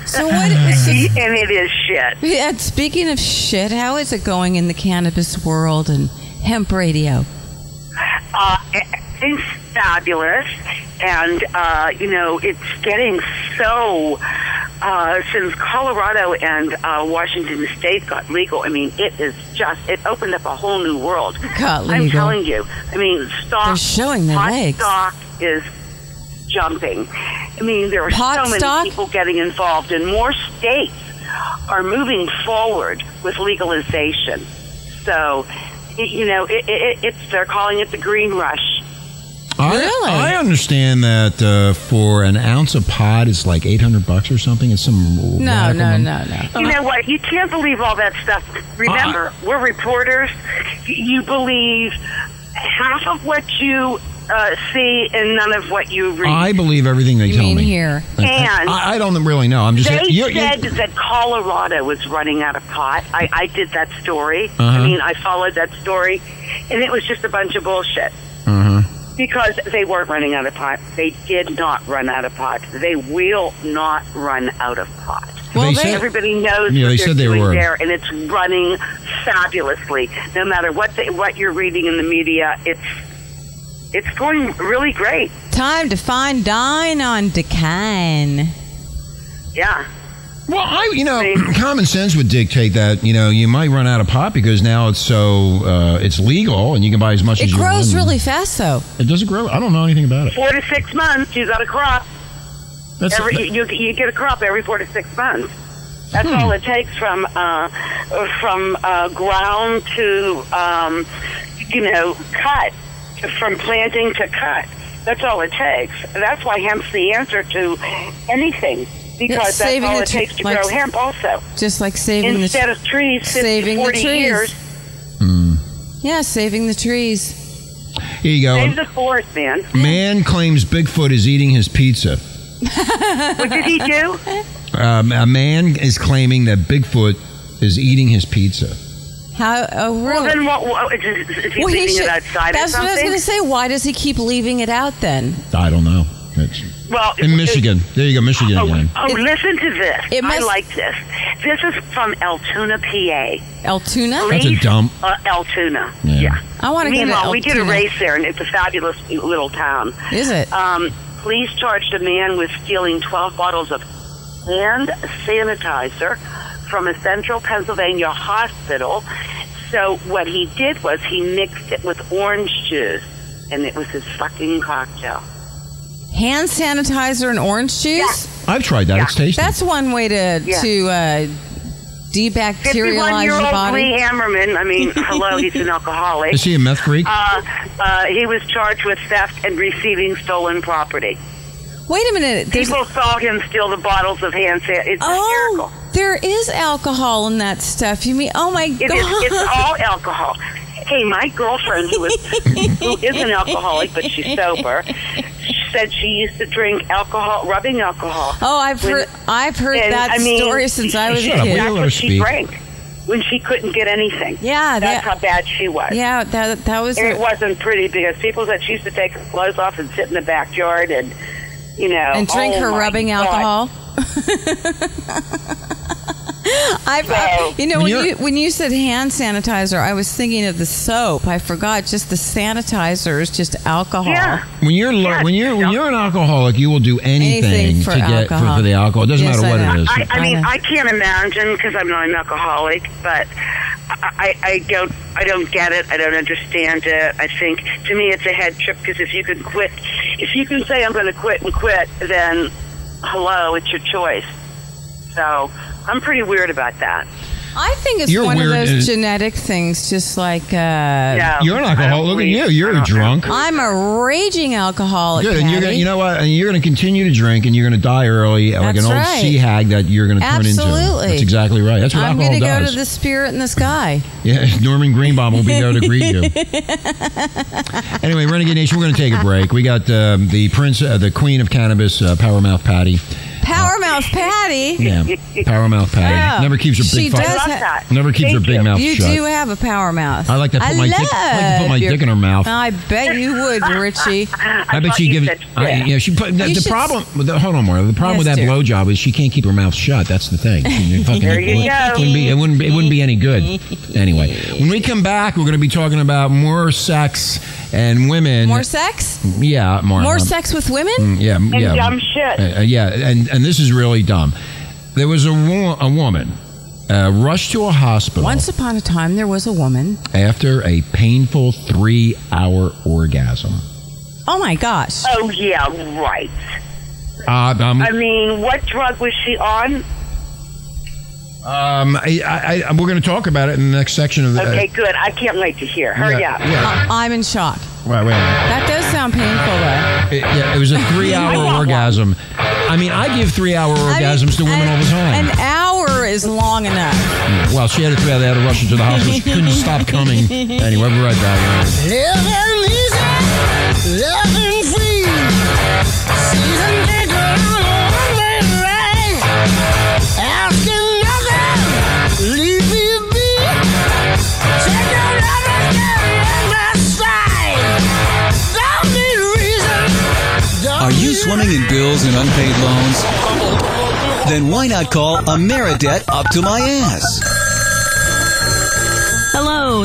E: So what? So,
D: and it is shit.
E: yeah, speaking of shit, how is it going in the cannabis world and hemp radio?
D: uh, it's fabulous, and uh, you know it's getting so. Uh, since Colorado and uh, Washington State got legal, I mean, it is just it opened up a whole new world.
E: Got
D: I'm
E: legal.
D: telling you, I mean, stock
E: They're showing their
D: pot
E: legs.
D: stock is jumping. I mean, there are
E: Pot
D: so many
E: stock?
D: people getting involved, and more states are moving forward with legalization. So, y- you know, it, it, it's they're calling it the green rush.
C: I,
E: Really?
C: I understand that uh, for an ounce of pot is like eight hundred bucks or something. It's some
E: No,
C: radical
E: no,
C: number.
E: no, no.
D: You know what? You can't believe all that stuff. Remember,
E: Uh-uh.
D: we're reporters. Y- You believe half of what you uh, see and none of what you read.
C: I believe everything they
E: You
C: tell
E: mean
C: me.
E: here?
C: I-
D: And-
C: I, I don't really know. I'm just.
D: They
C: you- you-
D: said that Colorado was running out of pot. I, I did that story.
C: Uh-huh.
D: I mean, I followed that story, and it was just a bunch of bullshit.
C: Mm-hmm.
D: Because they weren't running out of pot. They did not run out of pot. They will not run out of pot.
E: Well,
C: they
E: they-
C: said,
D: Everybody knows
C: Yeah,
D: what
C: they
D: they're
C: said they
D: doing
C: were.
D: there, and it's running fabulously. No matter what they, what you're reading in the media, it's it's going really great.
E: Time to find dine on decline.
D: Yeah.
C: well, I you know,
D: They-
C: common sense would dictate that you know you might run out of pot because now it's so uh, it's legal and you can buy as much
E: It
C: as you want.
E: grows really fast, though.
C: It doesn't grow. I don't know anything about it.
D: Four to six months, you got a crop.
C: That's
D: every you, you get a crop every four to six months.
E: Hmm.
D: That's all it takes from uh, from uh, ground to um, you know cut, from planting to cut. That's all it takes. That's why hemp's the answer to anything because that's
E: saving
D: all
E: the
D: it
E: tr-
D: takes to
E: like-
D: grow hemp. Also,
E: Just like saving the
D: instead of trees, 50,
E: saving the
D: 40
E: trees.
D: years,
C: Hmm.
E: yeah, saving the trees.
C: Here you
D: save
C: go.
D: the forest, man.
C: Man claims Bigfoot is eating his pizza.
D: What did he do?
C: Um, a man is claiming that Bigfoot is eating his pizza.
E: How? Oh, really?
D: Well, then what? what is, is he
E: Well,
D: leaving
E: should-
D: it outside
E: That's
D: or something?
E: what I was going to say. Why does he keep leaving it out then?
C: I don't know. It's-
D: well,
C: in
D: it-
C: Michigan. There you go, Michigan again.
D: Oh, oh listen to this.
E: It
D: I
E: must-
D: like this. This is from Altoona, PA.
E: Altoona?
C: That's a
D: Police,
C: dump.
D: Uh, Altoona.
C: Yeah.
E: I want to go to
D: Meanwhile, we did a
E: Altoona.
D: race there, and it's a fabulous little town.
E: Is it?
D: Um, police charged a man with stealing 12 bottles of hand sanitizer from a central Pennsylvania hospital. So what he did was he mixed it with orange juice, and it was his fucking cocktail.
E: Hand sanitizer and orange juice?
C: I've tried that. It's tasty.
E: That's one way to
D: Yeah.
E: to uh, debacterialize your
D: Fifty-one-year-old
E: body.
D: Lee Hammerman. I mean, hello, he's an alcoholic.
C: is he a meth freak?
D: Uh, uh, he was charged with theft and receiving stolen property.
E: Wait a minute. There's,
D: People saw him steal the bottles of hand sanitizer. It's
E: oh,
D: hysterical.
E: there is alcohol in that stuff. You mean? Oh my
D: It
E: god.
D: is, it's all alcohol. Hey, my girlfriend, who is who is an alcoholic but she's sober, said she used to drink alcohol, rubbing alcohol.
E: Oh, I've
D: When-
E: heard I've heard
D: and,
E: that
D: I mean,
E: story since I was a
C: Shut up, will
E: kid.
C: you?
D: That's
C: let her
D: what she
C: speak.
D: drank when she couldn't get anything.
E: Yeah,
D: that's
E: that-
D: how bad she was.
E: Yeah, that that was
D: And it wasn't pretty because people said she used to take her clothes off and sit in the backyard and, you know,
E: and drink
D: oh
E: her
D: my
E: rubbing
D: God.
E: alcohol. I,
D: So-
E: uh, you know
C: When
E: when,
C: you're-
E: you when you said hand sanitizer, I was thinking of the soap. I forgot just the sanitizer is just alcohol.
D: Yeah.
C: When you're lo-
D: Yes.
C: when you're when you're an alcoholic, you will do anything,
E: Anything for
C: to get for,
E: alcohol.
C: for the alcohol. It doesn't
E: Yes,
C: matter
E: I
C: what
E: know.
C: it is.
D: I, I mean,
E: Anna.
D: I can't imagine because I'm not an alcoholic, but I, I, I don't, I don't get it. I don't understand it. I think to me, it's a head trip because if you can quit, if you can say I'm going to quit and quit, then hello, it's your choice. So I'm pretty weird about that.
E: I think it's
C: You're
E: one
C: weird, uh,
E: of
C: isn't it?
E: those genetic things, just like uh,
D: No,
C: you're an
D: I don't
C: alcoholic. Look at
D: believe-
C: you. You're
D: I
C: a
D: don't-
C: drunk.
E: I'm a raging alcoholic.
C: Good, and you're gonna,
E: Patty.
C: you know what, and you're gonna continue to drink, and you're gonna die early, like an
E: That's
C: old
E: right.
C: sea hag that you're gonna turn into.
E: Absolutely.
C: That's exactly right. That's what
E: I'm
C: alcohol
E: gonna go
C: does.
E: to the spirit in the sky.
C: Yeah, Norman Greenbaum will be there to greet you. anyway, Renegade Nation, we're going to take a break. We got um, the prince, uh, the queen of cannabis, uh, Powermouth Patty.
E: Powermouth Patty.
C: Yeah, Powermouth Patty
E: Oh,
C: never keeps her big.
E: she
C: fuck-
E: does
D: I love
E: ha-
D: that.
C: Never keeps her
D: Thank
C: big
D: you.
C: mouth
E: You
C: shut.
E: do have a power mouth.
C: I like to put my dick- I like to put my
E: love
C: dick in
E: your-
C: her mouth.
E: I bet you would, Richie.
C: I bet
D: thought
C: she
D: you
C: gives.
D: said-
C: I,
D: yeah.
C: yeah, she put the,
E: You
C: the
E: should-
C: problem. with the- hold on, Marla. The problem with
E: Yes,
C: that
E: dear.
C: blowjob is she can't keep her mouth shut. That's the thing. She fucking-
D: There you
C: it,
D: go.
C: Wouldn't be, it wouldn't. Be, it wouldn't be any good. Anyway, when we come back, we're going to be talking about more sex and women.
E: More sex?
C: yeah, Marla.
E: More sex with women?
C: Yeah,
D: And
C: yeah.
D: dumb shit.
C: Uh, uh, yeah, and, and this is really dumb. There was a, wo- a woman uh, rushed to a hospital
E: Once upon a time, there was a woman.
C: after a painful three hour orgasm.
E: Oh my gosh.
D: Oh yeah, right.
C: Uh, um,
D: I mean, what drug was she on?
C: Uh, um, I, I, I, we're going to talk about it in the next section of the. uh,
D: Okay, good. I can't wait to hear. Hurry
C: yeah,
D: up.
C: Yeah,
E: I'm in shock.
C: Wait, wait a minute.
E: That does sound painful, though.
C: It, yeah, it was a three hour orgasm. I mean, I give three hour
E: I mean,
C: orgasms to women
E: an-
C: all the time.
E: An hour is long enough.
C: well, she had a three hour, they had to rush her to the hospital. She couldn't stop coming. Anyway, we'll be right back.
H: Are you swimming in bills and unpaid loans? Then why not call Ameridebt Up to My Ass?
I: Hello,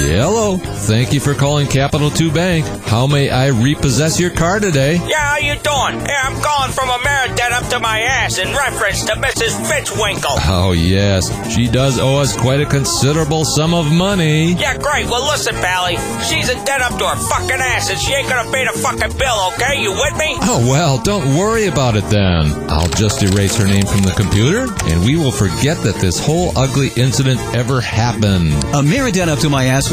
J: Hello. Thank you for calling Capital Two Bank. How may I repossess your car today?
K: Yeah, how you doing? Yeah, I'm calling from Ameridebt up to my ass in reference to Mrs. Fitzwinkle.
J: Oh, yes. She does owe us quite a considerable sum of money.
K: Yeah, great. Well, listen, Pally. She's a dead up to her fucking ass, and she ain't gonna pay the fucking bill, okay? You with me?
J: Oh, well, don't worry about it then. I'll just erase her name from the computer, and we will forget that this whole ugly incident ever happened.
H: Ameridebt Up to My Ass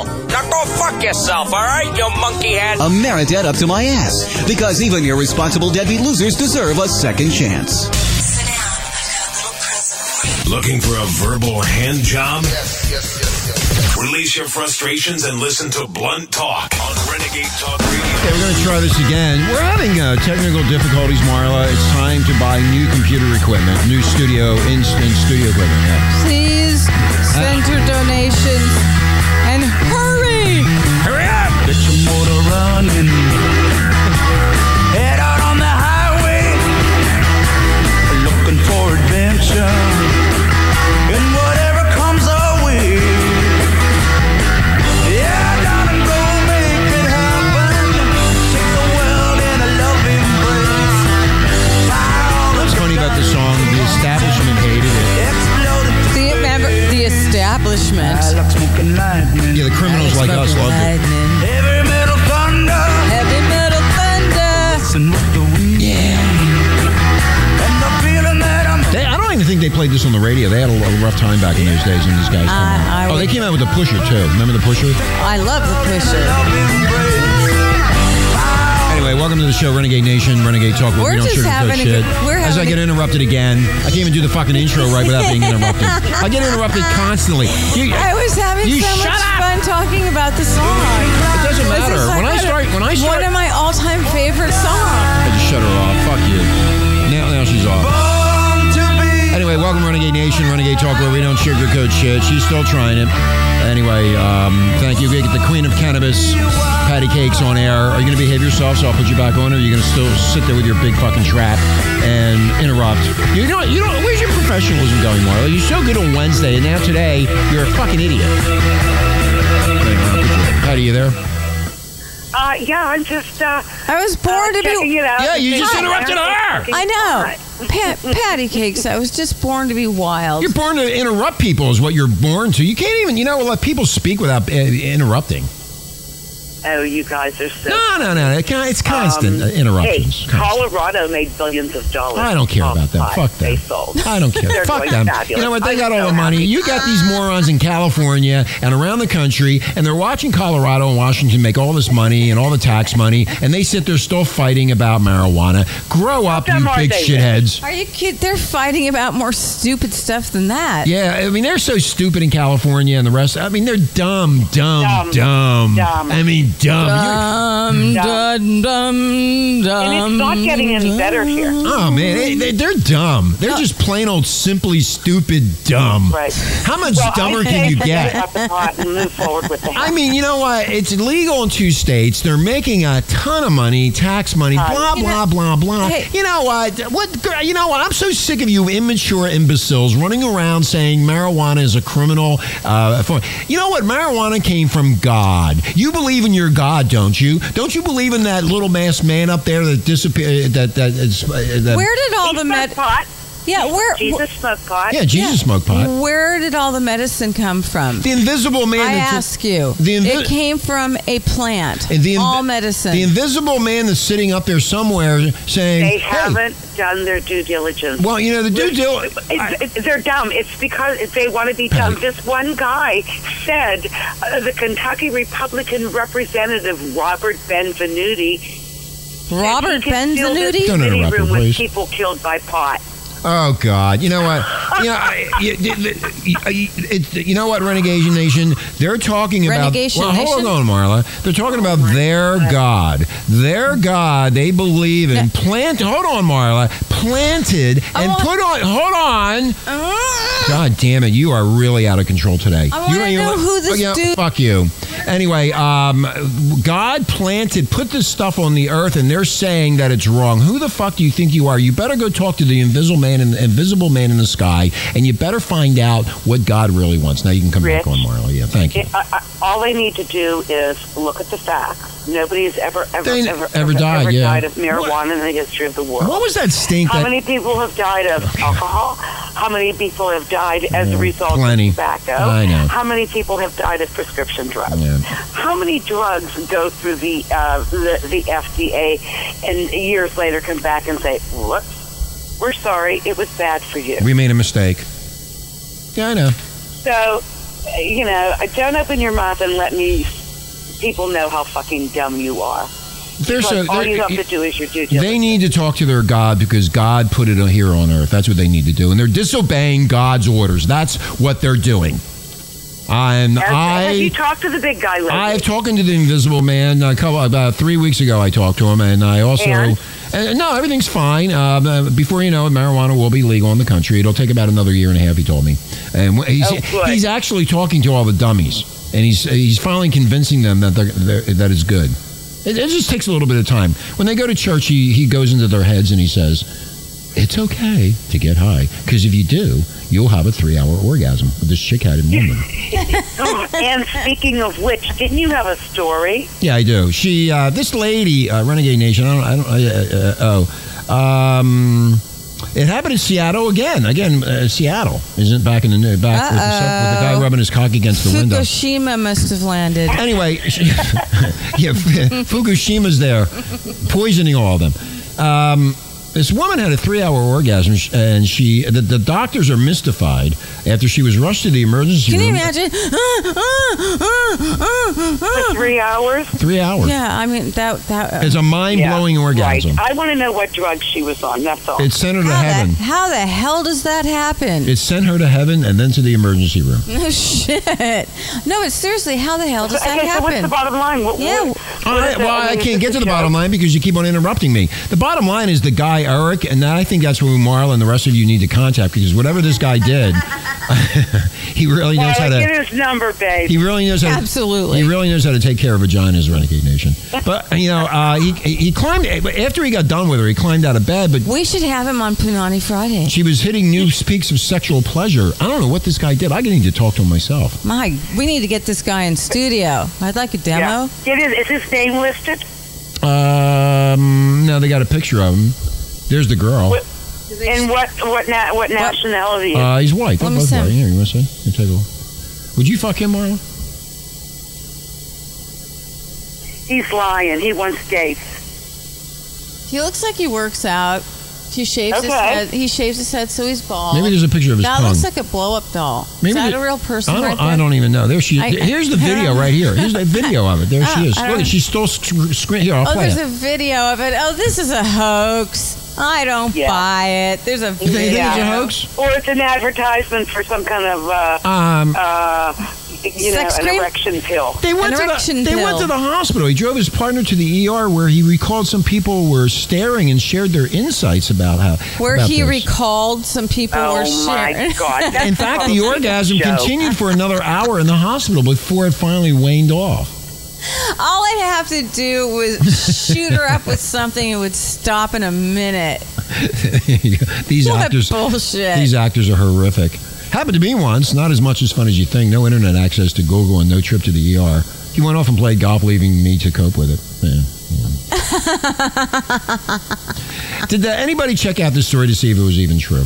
K: Now go fuck yourself, alright, you monkey head?
H: Ameridebt Up to My Ass because even irresponsible deadbeat losers deserve a second chance.
A: Looking for a verbal hand job? Yes, yes, yes, yes. Release your frustrations and listen to Blunt Talk on Renegade Talk Radio.
C: Okay, we're going to try this again. We're having uh, technical difficulties, Marla. It's time to buy new computer equipment, new studio, instant studio equipment. Yeah.
E: Please send your donations and hurry.
K: Hurry up!
B: Get your motor running. Head out on the highway. Looking for adventure. And whatever comes our way. Yeah, darling, go make it happen. Take the world in a loving embrace. Fire all the
C: What's funny about this song, the establishment hated it.
B: exploding
E: The, member- the establishment.
B: I like smoking lightning.
C: Yeah, the criminals like us love it.
E: Lightning.
B: Heavy metal thunder.
E: Heavy
G: to think they played this on the radio. They had a l- a rough time back in those days when these guys. came
E: I-
G: out.
E: I
G: oh, they
E: would-
G: came out with the pusher too. Remember the pusher?
E: I love the pusher.
G: Anyway, welcome to the show, Renegade Nation, Renegade Talk. where we
E: We're
G: don't
E: just
G: sugarcoat
E: having a
G: shit.
E: good- we're
G: As I
E: having
G: get
E: a-
G: interrupted again, I can't even do the fucking intro right without being interrupted. I get interrupted constantly. You-
E: I was having
G: You
E: so
G: shut
E: much fun talking about the song. It
G: doesn't matter. When I start- when I start-
E: one of my all-time favorite songs.
G: I just shut her off. Fuck you. Now, now she's off. Anyway, welcome Renegade Nation, Renegade Talk, where we don't sugarcoat shit. She's still trying it. Anyway, um, thank you. We get the Queen of Cannabis patty cakes on air. Are you going to behave yourself? So I'll put you back on, or are you going to still sit there with your big fucking trap and interrupt? You know, you know, where's your professionalism going, Marla? You're so good on Wednesday, and now today you're a fucking idiot. Patty, you there?
D: Uh, yeah, I'm just. Uh,
E: I was born to be.
D: checking it out. Yeah, you just interrupted her.
E: I know. Pa- patty cakes. I was just born to be wild.
G: You're born to interrupt people, is what you're born to. You can't even, you know, let people speak without uh, interrupting.
D: oh, you guys are so.
G: No, no, no. It can, it's constant
D: Um,
G: uh, interruptions.
D: Hey,
G: Constant.
D: Colorado made billions of dollars.
G: I don't care
D: off
G: about them.
D: pot
G: Fuck them.
D: They sold.
G: I don't care.
D: They're
G: Fuck
D: going
G: them.
D: Fabulous.
G: You know what? They
D: I'm
G: got all
D: so
G: the money. You got these morons in California and around the country, and they're watching Colorado and Washington make all this money and all the tax money, and they sit there still fighting about marijuana. Grow up, you
D: dumb are
G: big
D: they?
G: shitheads.
E: Are you kidding? They're fighting about more stupid stuff than that.
G: Yeah, I mean they're so stupid in California and the rest. I mean they're dumb, dumb, dumb.
D: Dumb. Dumb.
G: I mean dumb. You-
E: Dum, dum, dum, dum.
D: And it's not getting any better here.
G: Oh man, they, they, they're dumb. They're just plain old, simply stupid dumb.
D: Right.
G: How much
D: Well, I
G: dumber
D: say
G: can you
D: forget
G: get?
D: about the pot and move forward with the
G: I mean, you know what? It's legal in two states. They're making a ton of money, tax money, blah
E: You
G: blah
E: know-
G: blah blah.
E: Hey.
G: You know what? What? girl, You know what? I'm so sick of you immature imbeciles running around saying marijuana is a criminal. Uh, for, you know what? Marijuana came from God. You believe in your God, don't you? Don't you believe in that little masked man up there that disappeared? That that, is- uh, that
E: Where did all
D: He
E: the
D: smoked
E: med?
D: pot.
E: Yeah, where?
D: Jesus smoked pot.
G: Yeah, Jesus smoked pot.
E: Where did all the medicine come from?
G: The Invisible Man.
E: I
G: that's-
E: ask you.
G: The invi-
E: it came from a plant.
G: And the inv-
E: all medicine.
G: The Invisible Man that's sitting up there somewhere saying,
D: They
G: "Hey,
D: haven't done their due diligence.
G: Well, you know the due dil.
D: It's- it's- they're dumb. It's because they want to be
G: Patty.
D: dumb. This one guy said uh, the Kentucky Republican representative Robert Benvenuti.
E: Robert Benvenuti.
G: Don't
D: Don't
G: interrupt
D: room
G: him, please.
D: with people killed by pot.
G: Oh God! You know what? You know, I, you, you- you- it's- you know what, Renegade Nation? They're talking about.
E: Renegation
G: well, hold
E: Nation?
G: on, Marla. They're talking about their God. Their God. They believe in plant. Hold on, Marla. Planted
E: I
G: and
E: want-
G: put on. Hold on.
E: Ah!
G: God damn it, you are really out of control today.
E: I
G: You
E: wanna
G: don't even
E: know
G: let-
E: who this
G: oh, yeah,
E: dude-
G: Fuck you. Anyway, um, God planted, put this stuff on the earth, and they're saying that it's wrong. Who the fuck do you think you are? You better go talk to the invisible man and invisible man in the sky, and you better find out what God really wants. Now you can come back
D: Rich.
G: on, Marla. Yeah, thank you.
D: It, I, I, all they need to do is look at the facts. Nobody's ever, ever,
G: They
D: ever,
G: ever died, yeah.
D: of marijuana in the history of the world.
G: What was that stink?
D: How
G: That
D: many people have died of alcohol? How many people have died as a result
G: plenty.
D: of tobacco?
G: I know.
D: How many people have died of prescription drugs?
G: Yeah.
D: How many drugs go through the, uh, the the FDA and years later come back and say, "Whoops, we're sorry, it was bad for you."
G: we made a mistake. Yeah, I know.
D: So, uh, you know, don't open your mouth and let me people know how fucking dumb you are.
G: They're so.
D: Because all
G: they're-
D: you have to do is your due diligence.
G: They need to talk to their God because God put it here on earth. That's what they need to do. And they're disobeying God's orders. That's what they're doing. And
D: Have- have you
G: I.
D: talked to the big guy lately?
G: I've talking to the Invisible Man a couple about three weeks ago. I talked to him, and I also
D: And?
G: and, no, everything's fine. Uh, uh, before you know it, marijuana will be legal in the country. It'll take about another year and a half. He told me, and wh- he's,
D: Oh, good.
G: he's actually talking to all the dummies, and he's he's finally convincing them that they're, they're, that is good. It, it just takes a little bit of time. When they go to church, he, he goes into their heads and he says, "It's okay to get high because if you do, you'll have a three-hour orgasm." This chick had in London.
D: and speaking of which, didn't you have a story?
G: Yeah, I do. She, uh, this lady, uh, Renegade Nation. I don't. I don't. Uh, uh, oh, um, it happened in Seattle again. Again, uh, Seattle isn't back in the new back with the, with the guy
E: Uh-oh.
G: rubbing his cock against the window.
E: Fukushima must have landed.
G: Anyway, she, yeah, Fukushima's there, poisoning all of them. Um,
C: This woman had a three-hour orgasm, sh- and she the, the doctors are mystified after she was rushed to the emergency
E: Can you
C: room.
E: imagine? Ah,
D: For three hours.
C: Three hours.
E: Yeah, I mean that that. uh,
C: It's a mind-blowing
D: Yeah,
C: orgasm.
D: Right. I want to know what drug she was on. That's all.
C: It sent her to
E: how,
C: heaven.
E: the, how the hell does that happen?
C: It sent her to heaven and then to the emergency room.
E: No shit. No, but seriously, how the hell does
D: okay,
E: that
D: so
E: happen?
D: what's the bottom line? What,
E: Yeah.
D: What,
C: All
D: what
C: right,
D: is it?
C: well,
D: I
C: I
D: mean, is
C: can't
D: it
C: get to the
D: show?
C: bottom line because you keep on interrupting me. The bottom line is the guy Eric, and I think that's who Marla and the rest of you need to contact because whatever this guy did, he really knows how
D: Well,
C: to.
D: Get his number, babe.
C: He really knows how. To,
E: Absolutely.
C: he really knows how to take care of vaginas, Renegade Nation. But you know, uh, he he climbed after he got done with her. He climbed out of bed, but
E: we should have him on Punani Friday.
C: she was hitting new peaks of sexual pleasure. I don't know what this guy did. I need to talk to him myself.
E: My, we need to get this guy in studio. I'd like a demo.
D: Get his, is his name listed?
C: Um, now they got a picture of him. There's the girl.
D: What- And what what na- what nationality?
C: Uh, he's white.
E: Let
C: They're
E: me
C: both
E: see.
C: white. Here, you want to see? Here, take a look. Would you fuck him, Marla?
D: He's lying. He wants dates.
E: He looks like he works out. He shaves his
D: Okay.
E: head. He shaves his head so he's bald.
C: Maybe there's a picture of his
E: that
C: tongue.
E: looks like a blow-up doll.
C: Maybe
E: is that
C: the-
E: a real person
C: I don't,
E: right there?
C: I don't even know. There she is.
E: I-
C: Here's the video right here. Here's the video of it. There
E: Oh,
C: she is.
E: I
C: Look,
E: don't-
C: she's still sc- screaming. Here, I'll
E: oh,
C: play
E: there's
C: it.
E: a video of it. Oh, this is a hoax. I don't
D: Yeah.
E: buy it. There's a
C: you think
E: video.
C: it's a hoax?
D: Or it's an advertisement for some kind of uh,
C: Um,
D: uh, you
E: Sex
D: know, an
E: cream?
D: erection pill.
C: they went to the
E: erection
C: they went
E: pill.
C: to the hospital. He drove his partner to the ER where he recalled some people were staring and shared their insights about how
E: Where
C: about
E: he
C: this.
E: recalled some people were
D: Oh my
E: sharing.
D: God! That's
C: In fact,
D: a
C: the
D: complete
C: orgasm
D: joke.
C: continued for another hour in the hospital before it finally waned off.
E: All I'd have to do was shoot her up with something. It would stop in a minute.
C: These
E: what
C: actors
E: bullshit.
C: These actors are horrific. Happened to me once, not as much as fun as you think. No internet access to Google and no trip to the ER. He went off and played golf, leaving me to cope with it. Yeah, yeah. Did uh, anybody check out this story to see if it was even true?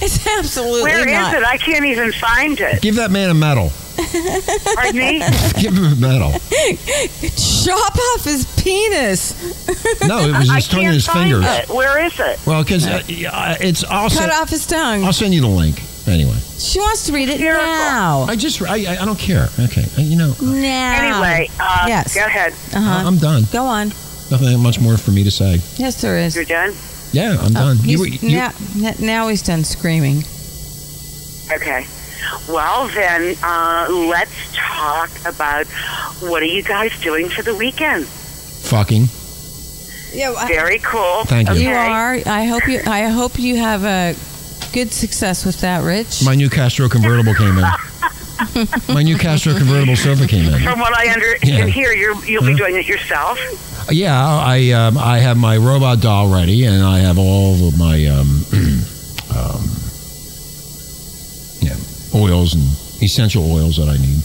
E: it's absolutely
D: Where is
E: not.
D: it? I can't even find it.
C: Give that man a medal.
D: Pardon me?
C: Give him a medal.
E: Chop off his penis.
C: No, it was
D: I
C: his tongue
D: can't
C: and his
D: find
C: fingers.
D: it. Where is it?
C: Well, because uh, yeah, it's also.
E: Cut off his tongue.
C: I'll send you the link anyway.
E: She wants to read it
D: Hysterical.
E: now.
C: I just I, I- I don't care. Okay, Uh, you know
E: Now.
D: Anyway, uh,
E: Yes.
D: go ahead.
E: Uh-huh.
C: I'm done.
E: Go on.
C: Nothing much more for me to say.
E: Yes, there is.
D: You're done?
C: Yeah, I'm
E: Oh,
C: done. You-
E: he's-
C: you-
E: now, n- now he's done screaming.
D: Okay. Well, then, uh, let's talk about what are you guys doing for the weekend?
C: fucking.
E: Yeah,
D: Very cool.
C: Thank you.
E: you
D: Okay.
E: are. I hope you. I hope you have a good success with that, Rich.
C: My new Castro convertible came in. My new Castro convertible sofa came in.
D: From what I under-
C: Yeah. Hmm?
D: can hear, you're, you'll be doing it yourself. Oh,
C: Yeah, I um, I have my robot doll ready, and I have all of my um, um, yeah oils and essential oils that I need.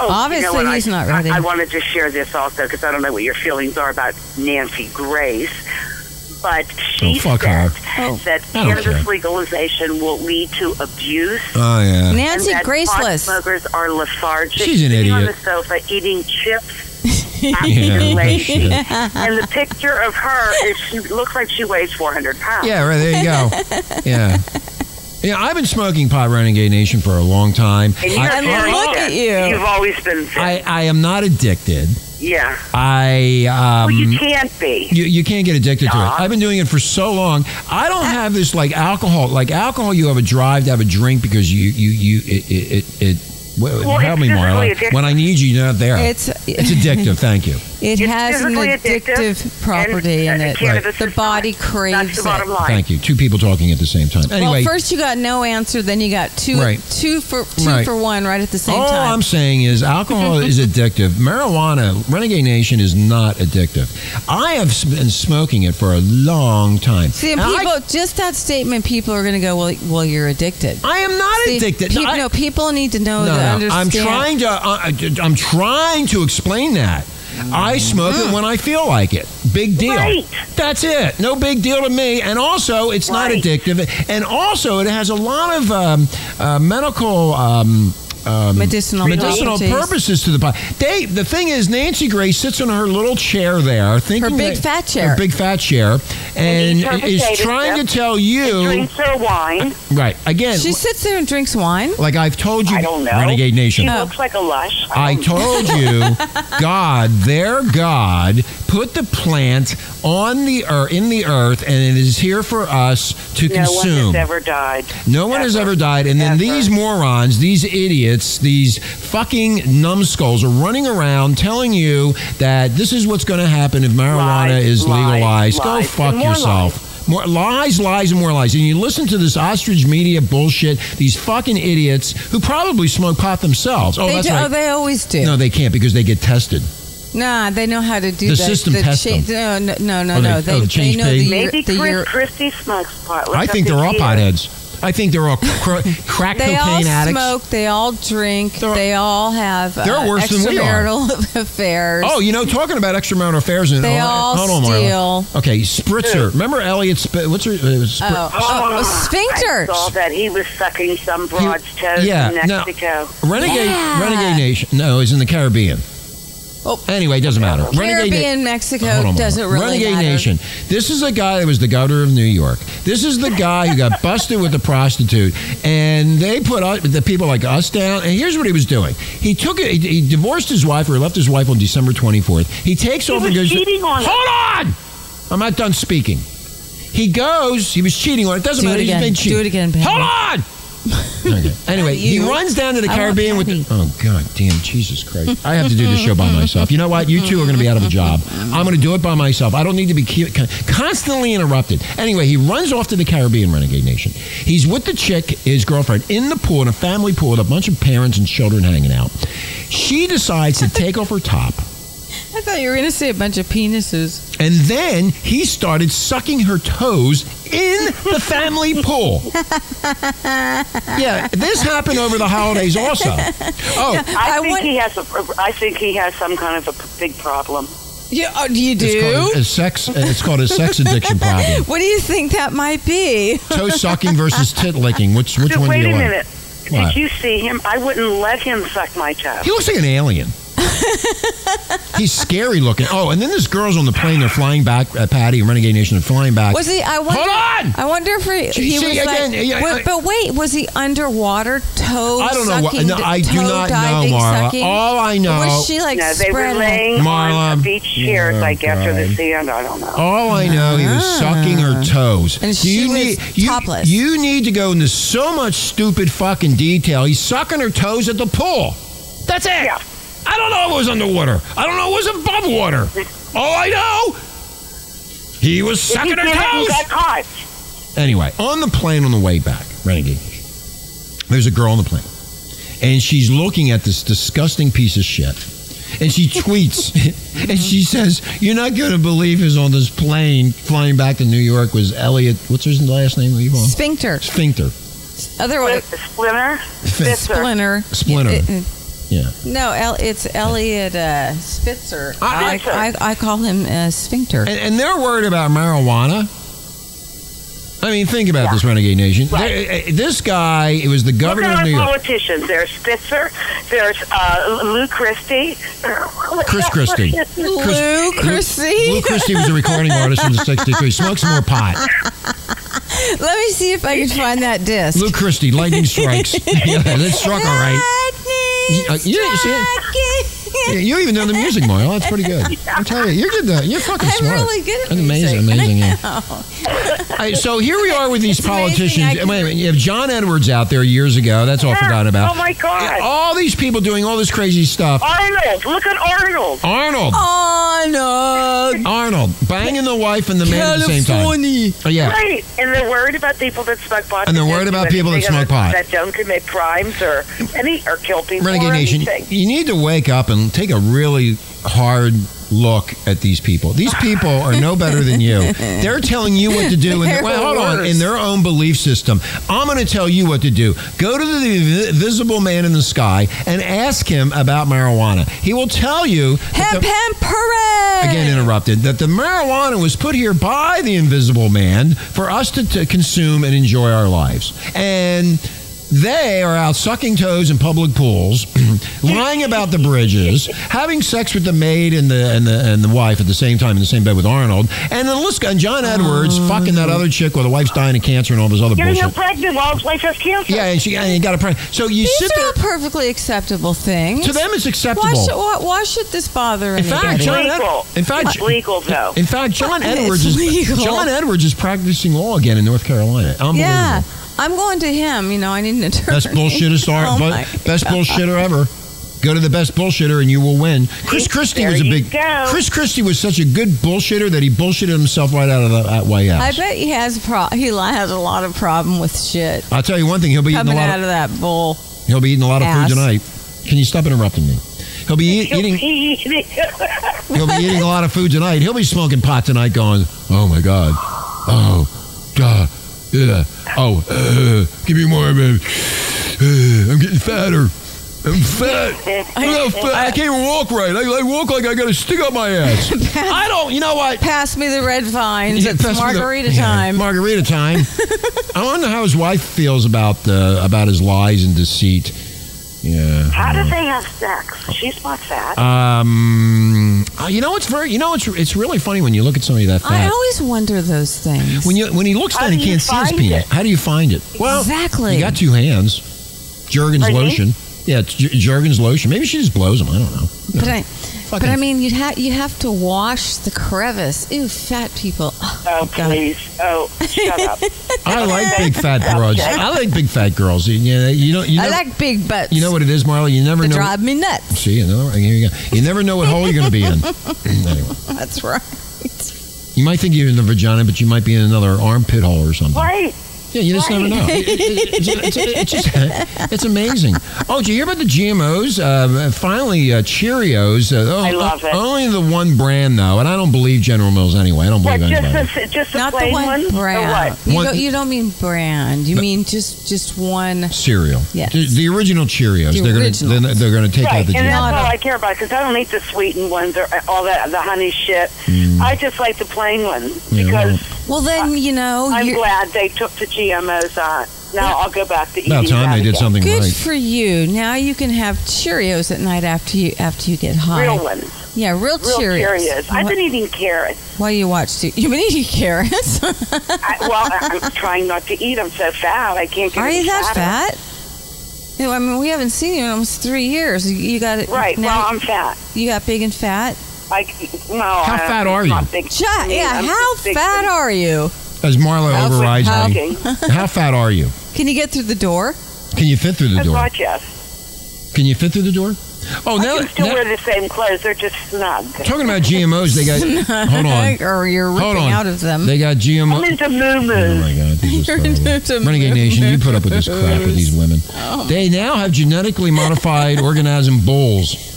D: Oh,
E: Obviously,
D: what?
E: he's
D: I,
E: not ready.
D: I, I wanted to share this also because I don't know what your feelings are about Nancy Grace, but she
C: Oh, fuck
D: said
C: her.
E: Oh,
D: that
C: I don't
D: cannabis
C: care.
D: legalization will lead to abuse.
C: Oh yeah.
E: Nancy
D: and that pot
E: Graceless.
D: smokers are lethargic.
C: She's an
D: sitting On the
C: idiot.
D: sofa eating chips. after
C: Yeah, no
D: lady.
C: shit.
D: and the picture of her is she looks like she weighs 400 pounds.
C: Yeah, right. There you go. Yeah. Yeah, I've been smoking pot renegade nation for a long time.
D: And you're
C: I,
E: And
D: very
E: look
D: fit.
E: at you.
D: You've always been fit.
C: I, I am not addicted.
D: yeah.
C: I um,
D: Well, you can't be.
C: You, you can't get addicted to it.
D: Nah.
C: I've been doing it for so long. I don't have this like alcohol. Like alcohol, you have a drive to have a drink because you you you it it. it, it well,
D: Well,
C: help me,
D: it's physically
C: Marla.
D: addictive.
C: When I need you, you're not there.
E: It's
C: It's addictive. Thank you.
E: it
D: It's
E: has an
D: physically addictive
E: addictive
D: and,
E: property
D: uh,
E: in it.
D: cannabis
E: The
D: is
E: body
D: not. That's
E: craves
D: the
E: it.
D: bottom line.
C: Thank you. Two people talking at the same time. Anyway,
E: well, first you got no answer, then you got two
C: Right.
E: two for two
C: Right.
E: for one right at the same
C: all
E: time.
C: I'm saying is alcohol is addictive. Marijuana, Renegade Nation, is not addictive. I have s- been smoking it for a long time.
E: See, and
C: And I-
E: people, just that statement, people are going to go, well, well, you're addicted.
C: I, am not
E: See,
C: addicted.
E: Pe-
C: I-
E: no, people need to know
C: No,
E: to
C: no, I'm
E: understand.
C: trying to. Uh, I'm trying to explain that. I smoke it when I feel like it. Big deal.
D: Right.
C: That's it. No big deal to me. And also, it's not
D: Right.
C: addictive. And also, it has a lot of um, uh, medical. Um, um,
E: Medicinal
C: medicinal
E: properties.
C: purposes to the pot. They the thing is, Nancy Grace sits in her little chair there, thinking
E: big
C: that-
E: fat chair.
C: her big fat chair, and
D: eats her
C: is
D: potato
C: trying to
D: chips
C: tell
D: and
C: you
D: drinks her wine.
C: right again.
E: She sits there and drinks wine.
C: like I've told you,
D: I don't know.
C: Renegade Nation.
D: She looks like a lush.
C: I
E: Oh.
D: don't
C: told you, God, their God, put the plant on the earth, in the earth, and it is here for uh, us to
D: know. No one
C: consume.
D: has ever died.
C: no one has ever died. And then
D: Ever.
C: these morons, these idiots, these fucking numbskulls are running around telling you that this is what's going to happen if marijuana
D: Lies,
C: is
D: lies,
C: legalized. Go
D: lies,
C: fuck
D: and more
C: yourself. More lies, lies, and more lies. And you listen to this ostrich media bullshit, these fucking idiots who probably smoke pot themselves. Oh,
E: they
C: that's
E: do,
C: right.
E: Oh, they always do.
C: No, they can't because they get tested.
E: Nah, they know how to do
C: The
E: that.
C: system tests
E: cha- No,
C: Oh,
E: no, no, no.
C: they-
E: no.
C: oh,
E: They,
C: the
E: they
C: change
E: know the
C: page?
E: year,
D: Maybe
E: the year.
D: Chris Christie smokes pot. Look
C: I
D: up
C: think they're
D: his
C: all
D: year.
C: potheads. I think they're all cr- crack
E: They all
C: cocaine addicts.
E: smoke. They all drink. they all have uh,
C: They're worse than we are.
E: extramarital affairs.
C: Oh, you know, talking about extramarital affairs and
E: They all
C: hold on, Marla.
E: steal.
C: Okay, spritzer. Remember Elliot? Sp- what's her? Uh, Spr-
E: Oh, oh, oh, sphincter.
D: I saw that he was sucking some broad's toes
C: yeah,
D: in
C: no.
D: Mexico.
C: Renegade.
E: Yeah.
C: Renegade Nation. No, is in the Caribbean.
E: Oh.
C: Anyway, it doesn't matter. Renegade
E: Caribbean, Mexico doesn't really
C: Renegade
E: matter.
C: Nation. This is a guy that was the governor of New York. This is the guy who got busted with a prostitute, and they put us, the people like us down. And here's what he was doing: he took it. He, he divorced his wife, or left his wife on December 24th. He takes
D: He
C: over.
D: was
C: goes,
D: cheating on her.
C: Hold on! I'm not done speaking. He goes. He was cheating on. It doesn't
E: Do
C: matter.
E: it
C: He's
E: again.
C: been cheating.
E: Do it again, Pam.
C: Hold on. Okay. Anyway, he
E: You.
C: runs down to the
E: I want
C: Caribbean with. The,
E: Patty.
C: oh God, damn Jesus Christ! I have to do this show by myself. You know what? You two are going to be out of a job. I'm going to do it by myself. I don't need to be ke- con- constantly interrupted. Anyway, he runs off to the Caribbean, Renegade Nation. He's with the chick, his girlfriend, in the pool, in a family pool with a bunch of parents and children hanging out. She decides to take off her top.
E: I thought you were going to say a bunch of penises.
C: And then he started sucking her toes in the family pool. yeah, this happened over the holidays also. Oh,
D: I,
E: I
D: think
E: want-
D: he has a. I think he has some kind of a p- big problem.
E: You, oh, you
C: it's
E: do?
C: called a sex it's called a sex addiction problem.
E: What do you think that might be?
C: Toe sucking versus tit licking. Which which
D: Dude,
C: one do
D: wait
C: you
D: a
C: like?
D: minute.
C: What?
D: Did you see him? I wouldn't let him suck my toe.
C: He looks like an alien. He's scary looking. Oh, and then this girl's on the plane. They're flying back. Uh, Patty and Renegade Nation are flying back.
E: Was he? I wonder.
C: Hold on!
E: I wonder if he,
C: Gee,
E: he
C: see,
E: was
C: again,
E: like.
C: yeah, I-
E: wait, but wait, was he underwater? Toe.
C: I don't know what-
E: Sucking,
C: no, I do
E: toe
C: not know,
E: diving,
C: Marla.
E: Sucking?
C: All I
E: Or
C: know-
E: Was she like
D: no, they were
E: spread
D: laying on
C: Marla.
D: the beach chairs,
C: Oh,
D: like after the
C: God.
D: sand. I don't know.
C: All I know, he was sucking her toes.
E: And
C: Do
E: she
C: you
E: was
C: need, you,
E: topless.
C: You need to go into so much stupid fucking detail. He's sucking her toes at the pool. That's it.
D: Yeah.
C: I don't know if it was underwater. I don't know if it was above water. All I know, he was
D: If he
C: sucking her
D: did it, he
C: toes.
D: got caught.
C: Anyway, on the plane on the way back, Renegade, there's a girl on the plane, and she's looking at this disgusting piece of shit. And she tweets, and she says, "You're not going to believe who's on this plane flying back to New York was Elliot. What's his last name? What you on?
E: Sphincter.
C: Sphincter.
E: Otherwise,
D: Spl- Splinter. Spitzer.
E: splinter.
C: Splinter.
E: It- it-
C: Yeah.
E: no, El, it's Elliot uh, Spitzer.
C: I-
E: I, I, I call him uh, Sphincter.
C: And, and they're worried about marijuana. I mean, think about this, Renegade Nation.
D: Right.
C: There- eh, This guy, it was the
D: Look
C: governor
D: at
C: of
D: our
C: New York.
D: politicians. There's Spitzer. There's uh, Lou Christie.
C: Chris Christie. Chris-
E: Lou Christie.
C: Lou Christie was a recording artist in the 60s. He smokes more pot.
E: Let me see if I can find that disc.
C: Lou Christie, lightning strikes. yeah, that struck all right.
E: Lightning
C: Uh, yeah, see?
E: striking.
C: You- You even know the music, Moyle. That's pretty good. I'm telling you, you're good. Though. You're fucking
E: I'm
C: smart.
E: really good at
C: That's amazing,
E: music.
C: amazing.
E: I
C: Yeah.
E: know.
C: All right, so here we are with these
E: It's amazing I
C: politicians.
E: can-
C: Wait a minute. You have John Edwards out there years ago. That's all
D: Yeah.
C: forgotten about.
D: Oh, my God.
C: And All these people doing all this crazy stuff.
D: Arnold. Look at Arnold.
C: Oh. Arnold.
E: Arnold.
C: Arnold banging the wife and the man at the same time.
E: uh, California.
C: Oh, yeah.
D: Right, and they're worried about people that smoke pot.
C: And they're worried about people that smoke pot.
D: that don't commit crimes or any or kill people.
C: Renegade
D: or
C: Nation,
D: anything.
C: you need to wake up and take a really hard look at these people. These people are no better than you. They're telling you what to do. In
E: They're
C: well, hold on,
E: worse.
C: in their own belief system. I'm going to tell you what to do. Go to the visible man in the sky and ask him about marijuana. He will tell you. that
E: Hemp,
C: the-
E: hemp, hooray.
C: Again, interrupted that the marijuana was put here by the invisible man for us to, to consume and enjoy our lives. And They are out sucking toes in public pools, lying about the bridges, having sex with the maid and the and the and the wife at the same time in the same bed with Arnold, and then let's go, and John Edwards fucking that other chick while the wife's dying of cancer and all this other
D: Getting her
C: bullshit.
D: pregnant while it's life has cancer.
C: yeah, and she and you got a prank. So you
E: These
C: sit
E: are
C: there.
E: all perfectly acceptable things.
C: To them, it's acceptable.
E: Why should, why, why should this bother
C: In
E: anybody?
C: fact, John Ed-
D: Legal.
C: in fact,
D: It's legal, though.
C: In fact, John
E: It's
C: Edwards is
E: legal.
C: John Edwards is practicing law again in North Carolina. Unbelievable.
E: yeah, I'm going to him. You know, I need an attorney.
C: Best bullshitter star,
E: Oh
C: bu-
E: my
C: best bullshitter ever. Go to the best bullshitter and you will win. Chris Christie
D: there
C: was a
D: you
C: big.
D: go.
C: Chris Christie was such a good bullshitter that he bullshitted himself right out of the at White
E: I
C: House.
E: bet he has pro- he li- has a lot of problem with shit
C: will tell you one thing. He'll be eating a
E: coming
C: lot.
E: out
C: Of,
E: of that bowl.
C: he'll be eating a lot of
E: ass.
C: food tonight. Can you stop interrupting me? He'll be eat, eating. He'll be eating a lot of food tonight. He'll be smoking pot tonight, going, "Oh my god, oh god, yeah, oh, uh, give me more, baby. Uh, I'm getting fatter. I'm fat. Look how fat. I can't even walk right. I, I walk like I got a stick up my ass. I don't. You know what?
E: Pass me the red vines.
C: Yeah,
E: It's
C: pass me the-
E: margarita
C: yeah,
E: time.
C: margarita time. I wonder how his wife feels about the about his lies and deceit. Yeah.
D: How do they have sex? She's not fat.
C: Uh,
G: Mm,
C: Um, uh, you know it's very, you know it's it's really funny when you look at somebody that
E: I
C: fat.
E: always wonder those things.
C: When you when he looks
D: How
C: down, he
D: do you
C: can't see his
D: find
C: penis.
D: it?
C: How do you find it? Well,
E: exactly.
C: you got two hands. Jergens
D: Pardon me?
C: lotion. Yeah, it's J- Jergens lotion. Maybe she just blows him. I don't know.
E: but I, but
C: Fucking-
E: I mean, you'd have you have to wash the crevice. Ew, fat people. Oh,
D: oh,
E: God.
D: please. Oh, shut up.
C: I like big fat broads. I like big fat girls. You, you know, you don't. You
E: I
C: never-
E: like big butts.
C: You know what it is, Marla. You never
E: They
C: know.
E: drive me nuts.
C: See, another one. Here you go. You never know what hole you're going to be in. anyway,
E: That's right.
C: you might think you're in the vagina, but you might be in another armpit hole or something.
D: Right.
C: Yeah, you just never know. It- it- it's, it's- it's just- it's amazing. Oh, did you hear about the GMOs? Uh, finally, uh, Cheerios. Uh, oh,
D: I love it.
C: Only the one brand, though, and I don't believe General Mills anyway. I don't
D: But
C: believe anybody.
D: just the, just the
E: Not the
D: plain
E: one
D: ones, Or
E: brand.
D: what?
E: You,
C: One-
E: don't, you don't mean brand. You mean just just one.
C: Cereal.
E: Yes.
C: The, the original Cheerios.
E: The
C: they're going to
E: original.
C: they're, they're going to take out
D: Right,
C: the
D: and
C: GMOs.
D: that's all I care about because I don't eat the sweetened ones or uh, all that the honey shit. I just like the plain ones
C: Mm. Yeah,
D: because
E: Well, then you know.
D: I'm
E: you're-
D: glad they took the GMOs out. Now I'll go back to eating
C: About time
D: that
C: they did
D: again.
C: something
E: Good
C: right.
E: for you. Now you can have Cheerios at night after you after you get high.
D: Real ones,
E: yeah, real,
D: real
E: Cheerios.
D: Cheerios. I've been eating carrots.
E: Why you watch? Too- You've been eating carrots.
D: I, well, I- I'm trying not to eat. I'm so fat. I can't get
E: Are
D: any
E: you that
D: fatter.
E: fat? You know, I mean, we haven't seen you in almost three years. You- You got it
D: Right.
E: Now
D: well, I'm fat.
E: you got big and fat.
D: I no. How
C: fat are you?
D: Big,
E: Shut,
D: Me,
E: yeah.
D: I'm
E: How
D: just big
E: fat
D: and-
E: are you?
C: As Marla
E: How-
C: overrides
E: how-
C: me.
D: Okay.
C: How fat are you?
E: Can you get through the door?
C: Can you fit through the
D: That's
C: door?
D: right, yes.
C: Can you fit through the door? Oh, now,
D: I can still
C: now-
D: wear the same clothes. They're just snug.
C: talking about GMOs, they got. hold on.
E: or you're ripping
C: Hold on.
E: out of them.
C: They got GMOs.
D: I'm into
C: Oh
D: moo
C: my God, this
E: You're
C: is
E: into
C: terrible. Renegade Nation, you put up with this crap with these women. They now have genetically modified organism bulls.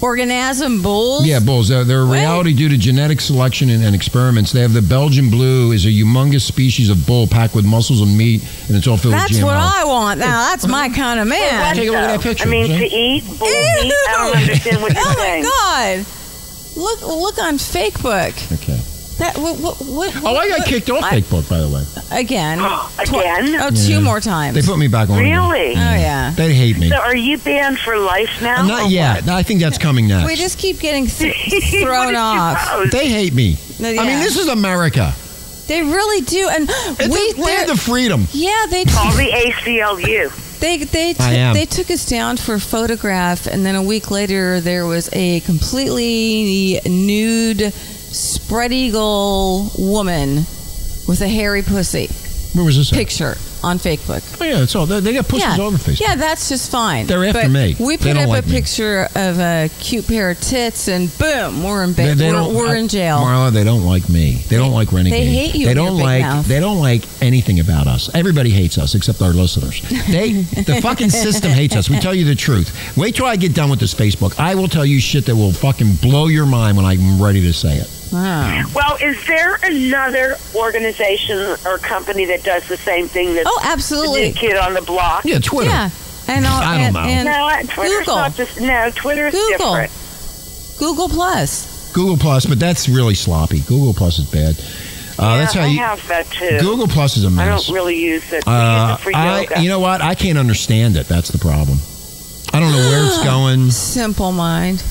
E: Organism bulls.
C: Yeah, bulls. They're, they're a
E: What?
C: reality due to genetic selection and, and experiments. They have the Belgian blue is a humongous species of bull packed with muscles and meat, and it's all filled
E: That's
C: with GMO.
E: what I want. Now that's my kind of man.
C: Take a look at that picture,
D: I mean,
C: Jane.
D: to eat bull meat.
E: Ew.
D: I don't understand what you're
E: oh
D: saying.
E: my god! Look, look on Facebook.
C: Okay.
E: That what what? what
C: Oh, I got kicked off
E: I-
C: Facebook, by the way.
E: again.
D: Again?
E: Oh, two
C: Yeah.
E: more times.
C: They put me back on. again.
D: Really?
E: Oh yeah.
C: They hate me.
D: So are you banned for life now?
C: I'm not yet. I think that's coming next.
E: We just keep getting th-
D: What
E: thrown
D: did you
E: off.
D: post?
C: they hate me.
E: No,
C: I mean,
E: yeah.
C: this is America.
E: They really do, and
C: It's a
E: we.
C: Oh, land
E: they're-
C: of freedom.
E: Yeah, they
D: Call the ACLU.
E: they they
C: I am.
E: took, they took us down for a photograph, and then a week later there was a completely nude spread eagle woman with a hairy pussy
C: Where was this? at?
E: picture on Facebook.
C: Oh, yeah, it's all. They, they got pussies
E: yeah.
C: all over Facebook.
E: Yeah, that's just fine.
C: They're after
E: But
C: me.
E: We
C: They
E: put
C: don't
E: up
C: like
E: a
C: me.
E: picture of a cute pair of tits, and boom, we're in ba-
C: They- they
E: we're,
C: don't-
E: we're
C: I-
E: in jail.
C: Marla, they don't like me. They don't like renegade.
E: hate you
C: They
E: and your
C: don't
E: big
C: like.
E: mouth.
C: They don't like anything about us. Everybody hates us except our listeners. They, the fucking system hates us. We tell you the truth. Wait till I get done with this Facebook. I will tell you shit that will fucking blow your mind when I'm ready to say it.
E: Wow.
D: well, is there another organization or company that does the same thing that
E: Oh,
D: the
E: absolutely.
D: new kid on the block?
C: Yeah, Twitter.
E: Yeah. And, all,
C: I don't
E: and,
C: know.
E: and
D: No, Twitter's
E: Google.
D: not just no. Twitter's
E: Google.
D: different.
E: Google Plus.
C: Google Plus, but that's really sloppy. Google Plus is bad. Uh, that's how
D: I
C: you.
D: have that too.
C: Google Plus is a
D: I
C: mess.
D: don't really use it. I
C: Uh,
D: use it for
C: I,
D: yoga.
C: you know what? I can't understand it. That's the problem. I don't know where it's going.
E: Simple mind.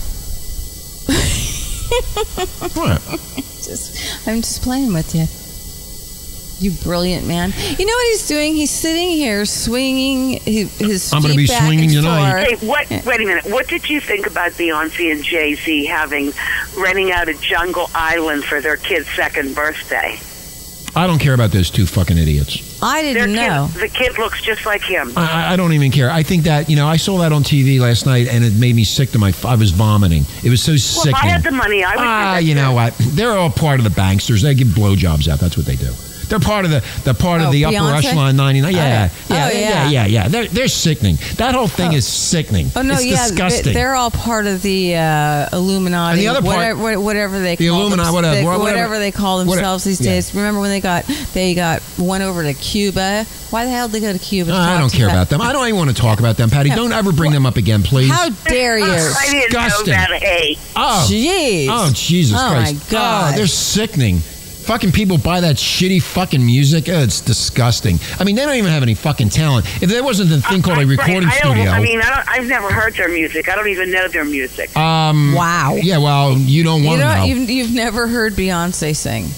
C: What?
E: just, I'm just playing with you. You brilliant man. You know what he's doing? He's sitting here swinging hi- his.
C: I'm gonna
E: going to
C: be swinging tonight.
D: Hey, what? Wait a minute. What did you think about Beyonce and Jay Z having renting out a jungle island for their kid's second birthday?
C: I don't care about those two fucking idiots.
E: I didn't
D: Their kid-
E: know.
D: the kid looks just like him.
C: I, I- I don't even care. I think that you know I saw that on TV last night, and it made me sick to my. I was vomiting. It was so
D: well, if
C: sick.
D: I had the money, I would. do
C: Ah,
D: that
C: you know
D: too.
C: what? They're all part of the banksters. They give blowjobs out. That's what they do. They're part of the the part
E: Oh,
C: of the upper
E: Beyonce?
C: echelon ninety nine. Yeah,
E: Oh,
C: yeah,
E: oh,
C: yeah,
E: yeah.
C: yeah, yeah. They're they're sickening. That whole thing is sickening.
E: Oh no!
C: it's
E: yeah, they-
C: disgusting.
E: they're all part of the uh, Illuminati.
C: And the other part-
E: whatever, whatever they
C: The
E: call
C: Illuminati,
E: them-
C: whatever,
E: they-
C: whatever-
E: they call
C: whatever-
E: themselves these
C: yeah.
E: days. Remember when they got they got went over to Cuba? Why the hell did they go to Cuba? to
C: I
E: talk
C: don't
E: to
C: care
E: that?
C: about them. I don't even want to talk about them, Patty.
E: Yeah.
C: Don't ever bring them up again, please.
E: How dare you?
D: I didn't
C: disgusting.
D: know that. Hey,
C: oh,
E: Jeez.
C: Oh Jesus
E: Oh,
C: Christ!
E: my God.
C: Oh, they're sickening. Fucking people buy that shitty fucking music. Oh, it's disgusting. I mean, they don't even have any fucking talent. If there wasn't a thing called
D: I-
C: a
D: I-
C: recording
D: I don't-
C: studio,
D: I mean, I don't, I've never heard their music. I don't even know their music.
C: um,
E: Wow.
C: yeah. Well, you don't
E: You
C: want to
E: know,
C: know.
E: you've, you've never heard Beyonce sing.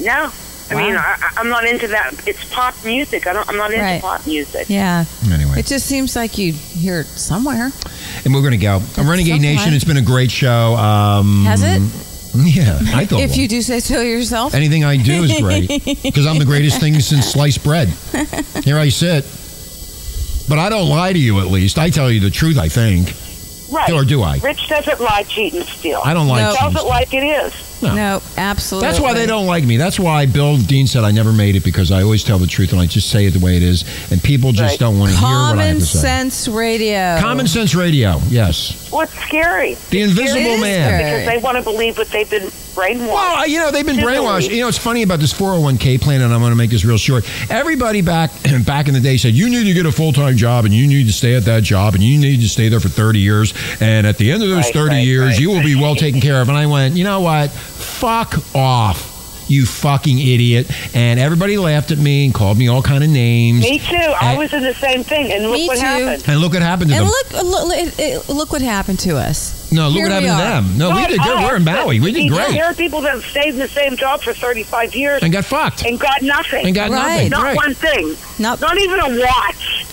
D: No. I
E: Wow.
D: mean, I, I- I'm not into that. It's pop music. I don't, I'm not into
E: Right.
D: pop music.
E: Yeah,
C: anyway,
E: it just seems like you hear it somewhere.
C: and we're gonna go. Renegade
E: something.
C: Nation. It's been a great show. Um,
E: Has it?
C: Yeah, I thought.
E: if
C: well.
E: you do say so yourself.
C: Anything I do is great because I'm the greatest thing since sliced bread. Here I sit. But I don't lie to you, at least. I tell you the truth, I think.
D: Right.
C: Or do I?
D: Rich doesn't lie, cheat, and steal.
C: I don't like
E: No.
C: cheese.
D: Tells it like it is.
C: No.
E: no, absolutely.
C: That's why they don't like me. That's why Bill Dean said I never made it because I always tell the truth and I just say it the way it is, and people just
D: Right.
C: don't want to hear what I have
E: Common
C: to say.
E: sense radio.
C: Common sense radio, yes.
D: What's scary?
C: The
E: It
C: Invisible
E: is
C: Man.
E: scary.
D: Because they want to believe what they've been brainwashed.
C: Well, I- you know they've been
D: Didn't
C: brainwashed.
D: we?
C: You know it's funny about this 401k plan, and I'm going to make this real short. Everybody back back in the day said you need to get a full time job, and you need to stay at that job, and you need to stay there for 30 years, and at the end of those
D: Right,
C: 30
D: right,
C: years,
D: right,
C: you will be
D: right.
C: well taken care of. And I went, you know what? Fuck off. You fucking idiot! And everybody laughed at me and called me all kind of names.
D: Me too. I was in the same thing, and look
E: Me
D: what
E: too.
D: happened.
C: And look what happened to
E: And
C: them.
E: look, uh, look, it- it- look what happened to us.
C: no, look
E: here
C: what happened
E: we
C: to
E: are.
C: them. No, we
D: Right,
C: did good.
D: I-
C: We're in Maui. We did
D: See,
C: great
D: There are people that have stayed in the same job for 35 years
C: and got fucked
D: and got nothing.
C: and got nothing.
E: Right.
D: Not
C: right.
D: one thing.
E: Not,
D: Not even a watch.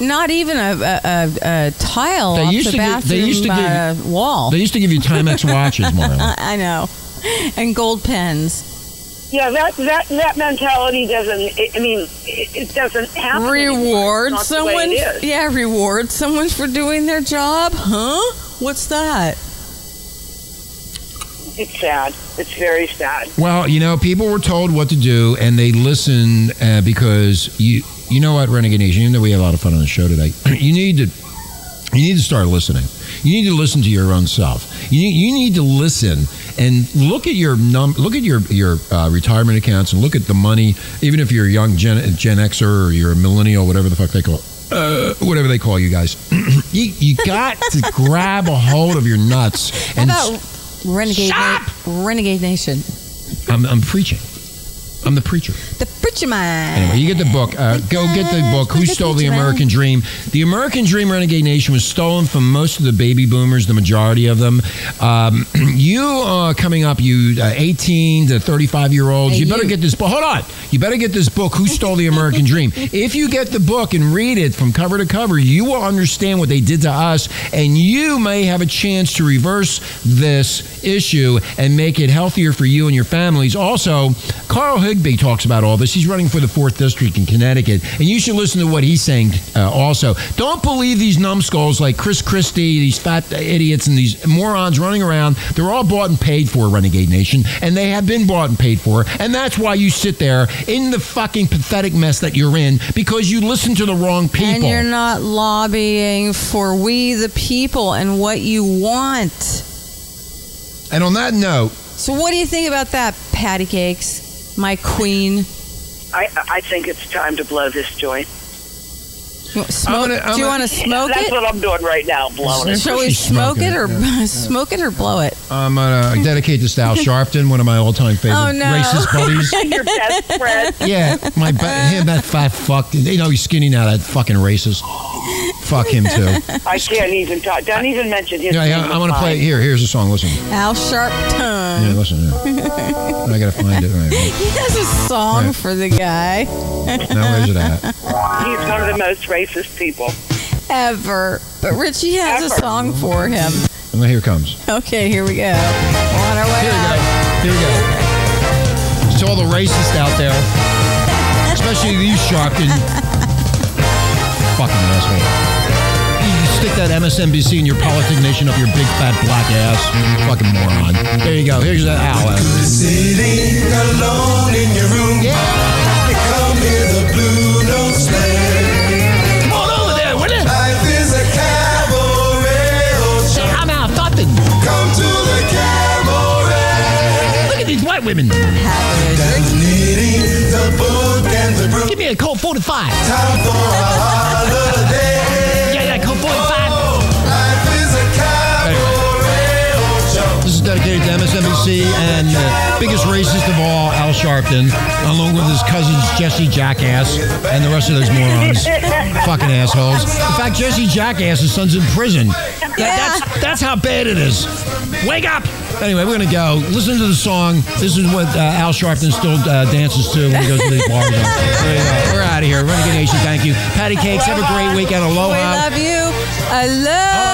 E: not even a, a, a, a tile
C: They
E: off
C: used
E: the
C: to give-
E: bathroom
C: they used to
E: uh, wall.
C: They used to give you Timex watches, Marla.
E: I, I know, and gold pens.
D: Yeah, that that that mentality doesn't. I mean, it, it doesn't happen. anymore.
E: Reward
D: It's not the way
E: someone.
D: it is.
E: Yeah, reward someone for doing their job, huh? What's that?
D: It's sad. It's very sad.
C: Well, you know, people were told what to do, and they listened uh, because you you know what, Renegade Nation. Even though we had a lot of fun on the show today, you need to you need to start listening. You need to listen to your own self. You need, you need to listen and look at your num look at your your uh, retirement accounts and look at the money. Even if you're a young Gen Gen Xer or you're a millennial, whatever the fuck they call. Uh, whatever they call you guys, you, you got to grab a hold of your nuts
E: How
C: and
E: about renegade? Na- renegade Nation.
C: I'm, I'm preaching. I'm the preacher.
E: The preacher man.
C: Anyway, you get the book. Uh, go get the book. Who stole the American Dream? The American Dream, Renegade Nation, was stolen from most of the baby boomers, the majority of them. Um, you uh, coming up, you uh, 18 to 35 year olds,
E: Hey,
C: you better
E: you.
C: get this book. Hold on. You better get this book, Who Stole the American Dream. If you get the book and read it from cover to cover, you will understand what they did to us, and you may have a chance to reverse this issue and make it healthier for you and your families. Also, Carl Higby talks about all this. He's running for the 4th District in Connecticut, and you should listen to what he's saying uh, also. Don't believe these numbskulls like Chris Christie, these fat idiots, and these morons running around. They're all bought and paid for, Renegade Nation, and they have been bought and paid for. And that's why you sit there in the fucking pathetic mess that you're in because you listen to the wrong people.
E: And you're not lobbying for we the people and what you want.
C: And on that note,
E: So what do you think about that, patty cakes, my queen?
D: I I think it's time to blow this joint.
E: Smoke,
H: gonna- I'm
E: do you
H: gonna-
E: want to smoke
D: That's
E: it?
D: what I'm doing right now, blowing it.
H: Sniff.
E: Shall we
H: She's
E: smoke
H: smoking
E: it or
H: it, yeah.
E: smoke it or blow it?
H: I'm gonna dedicate this to Al Sharpton, one of my all-time favorite
E: Oh, no.
H: racist buddies.
D: Your best friend.
H: Yeah, my bu- him that fat fuck. You know he's skinny now. That fucking racist. Fuck him too.
D: I can't even talk. Don't even mention his
H: Yeah,
D: name.
H: yeah, I'm gonna
D: It's
H: play it
D: fine.
H: here. Here's the song. Listen.
E: Al Sharpton.
H: Yeah, listen. yeah. I gotta find it. All right.
E: He has a song
H: Right.
E: for the guy
H: Now where's it at?
D: He's one of the most racist people.
E: ever, but Richie has a
D: Ever.
E: song for him.
H: And here it comes.
E: Okay, here we go. On our way
H: Here we
E: out.
H: go. Here we go. To all the racists out there, especially you, Sharpton. Fucking asshole. You stick that MSNBC in your politic nation up your big fat black ass. Fucking moron. There you go. Here's that owl.
B: alone in your room.
H: Yeah.
B: You come hear the blue notes play.
H: Come on over there, will you?
B: Life is a cabaret. oh, ch-
H: I'm out. Fucking.
B: Come to the cabaret.
H: Look at these white women.
B: Needing the book and the broom.
H: Give me a cold 45.
B: Time for a holiday.
H: Yeah, yeah, cold 45.
B: Life is a cabaret. oh, ch-
H: This is dedicated to MSNBC and the biggest racist of all, Al Sharpton, along with his cousins Jesse Jackass and the rest of those morons. Fucking assholes. In fact, Jesse Jackass, his son's in prison. That- that's, that's how bad it is. Wake up! Anyway, we're gonna go. Listen to the song. This is what uh, Al Sharpton still uh, dances to when he goes to these bars. There you go. Oh, We're out of here. Renegade Nation, thank you. Patty Cakes, have a great weekend. Aloha.
E: We love you. I love
H: Oh,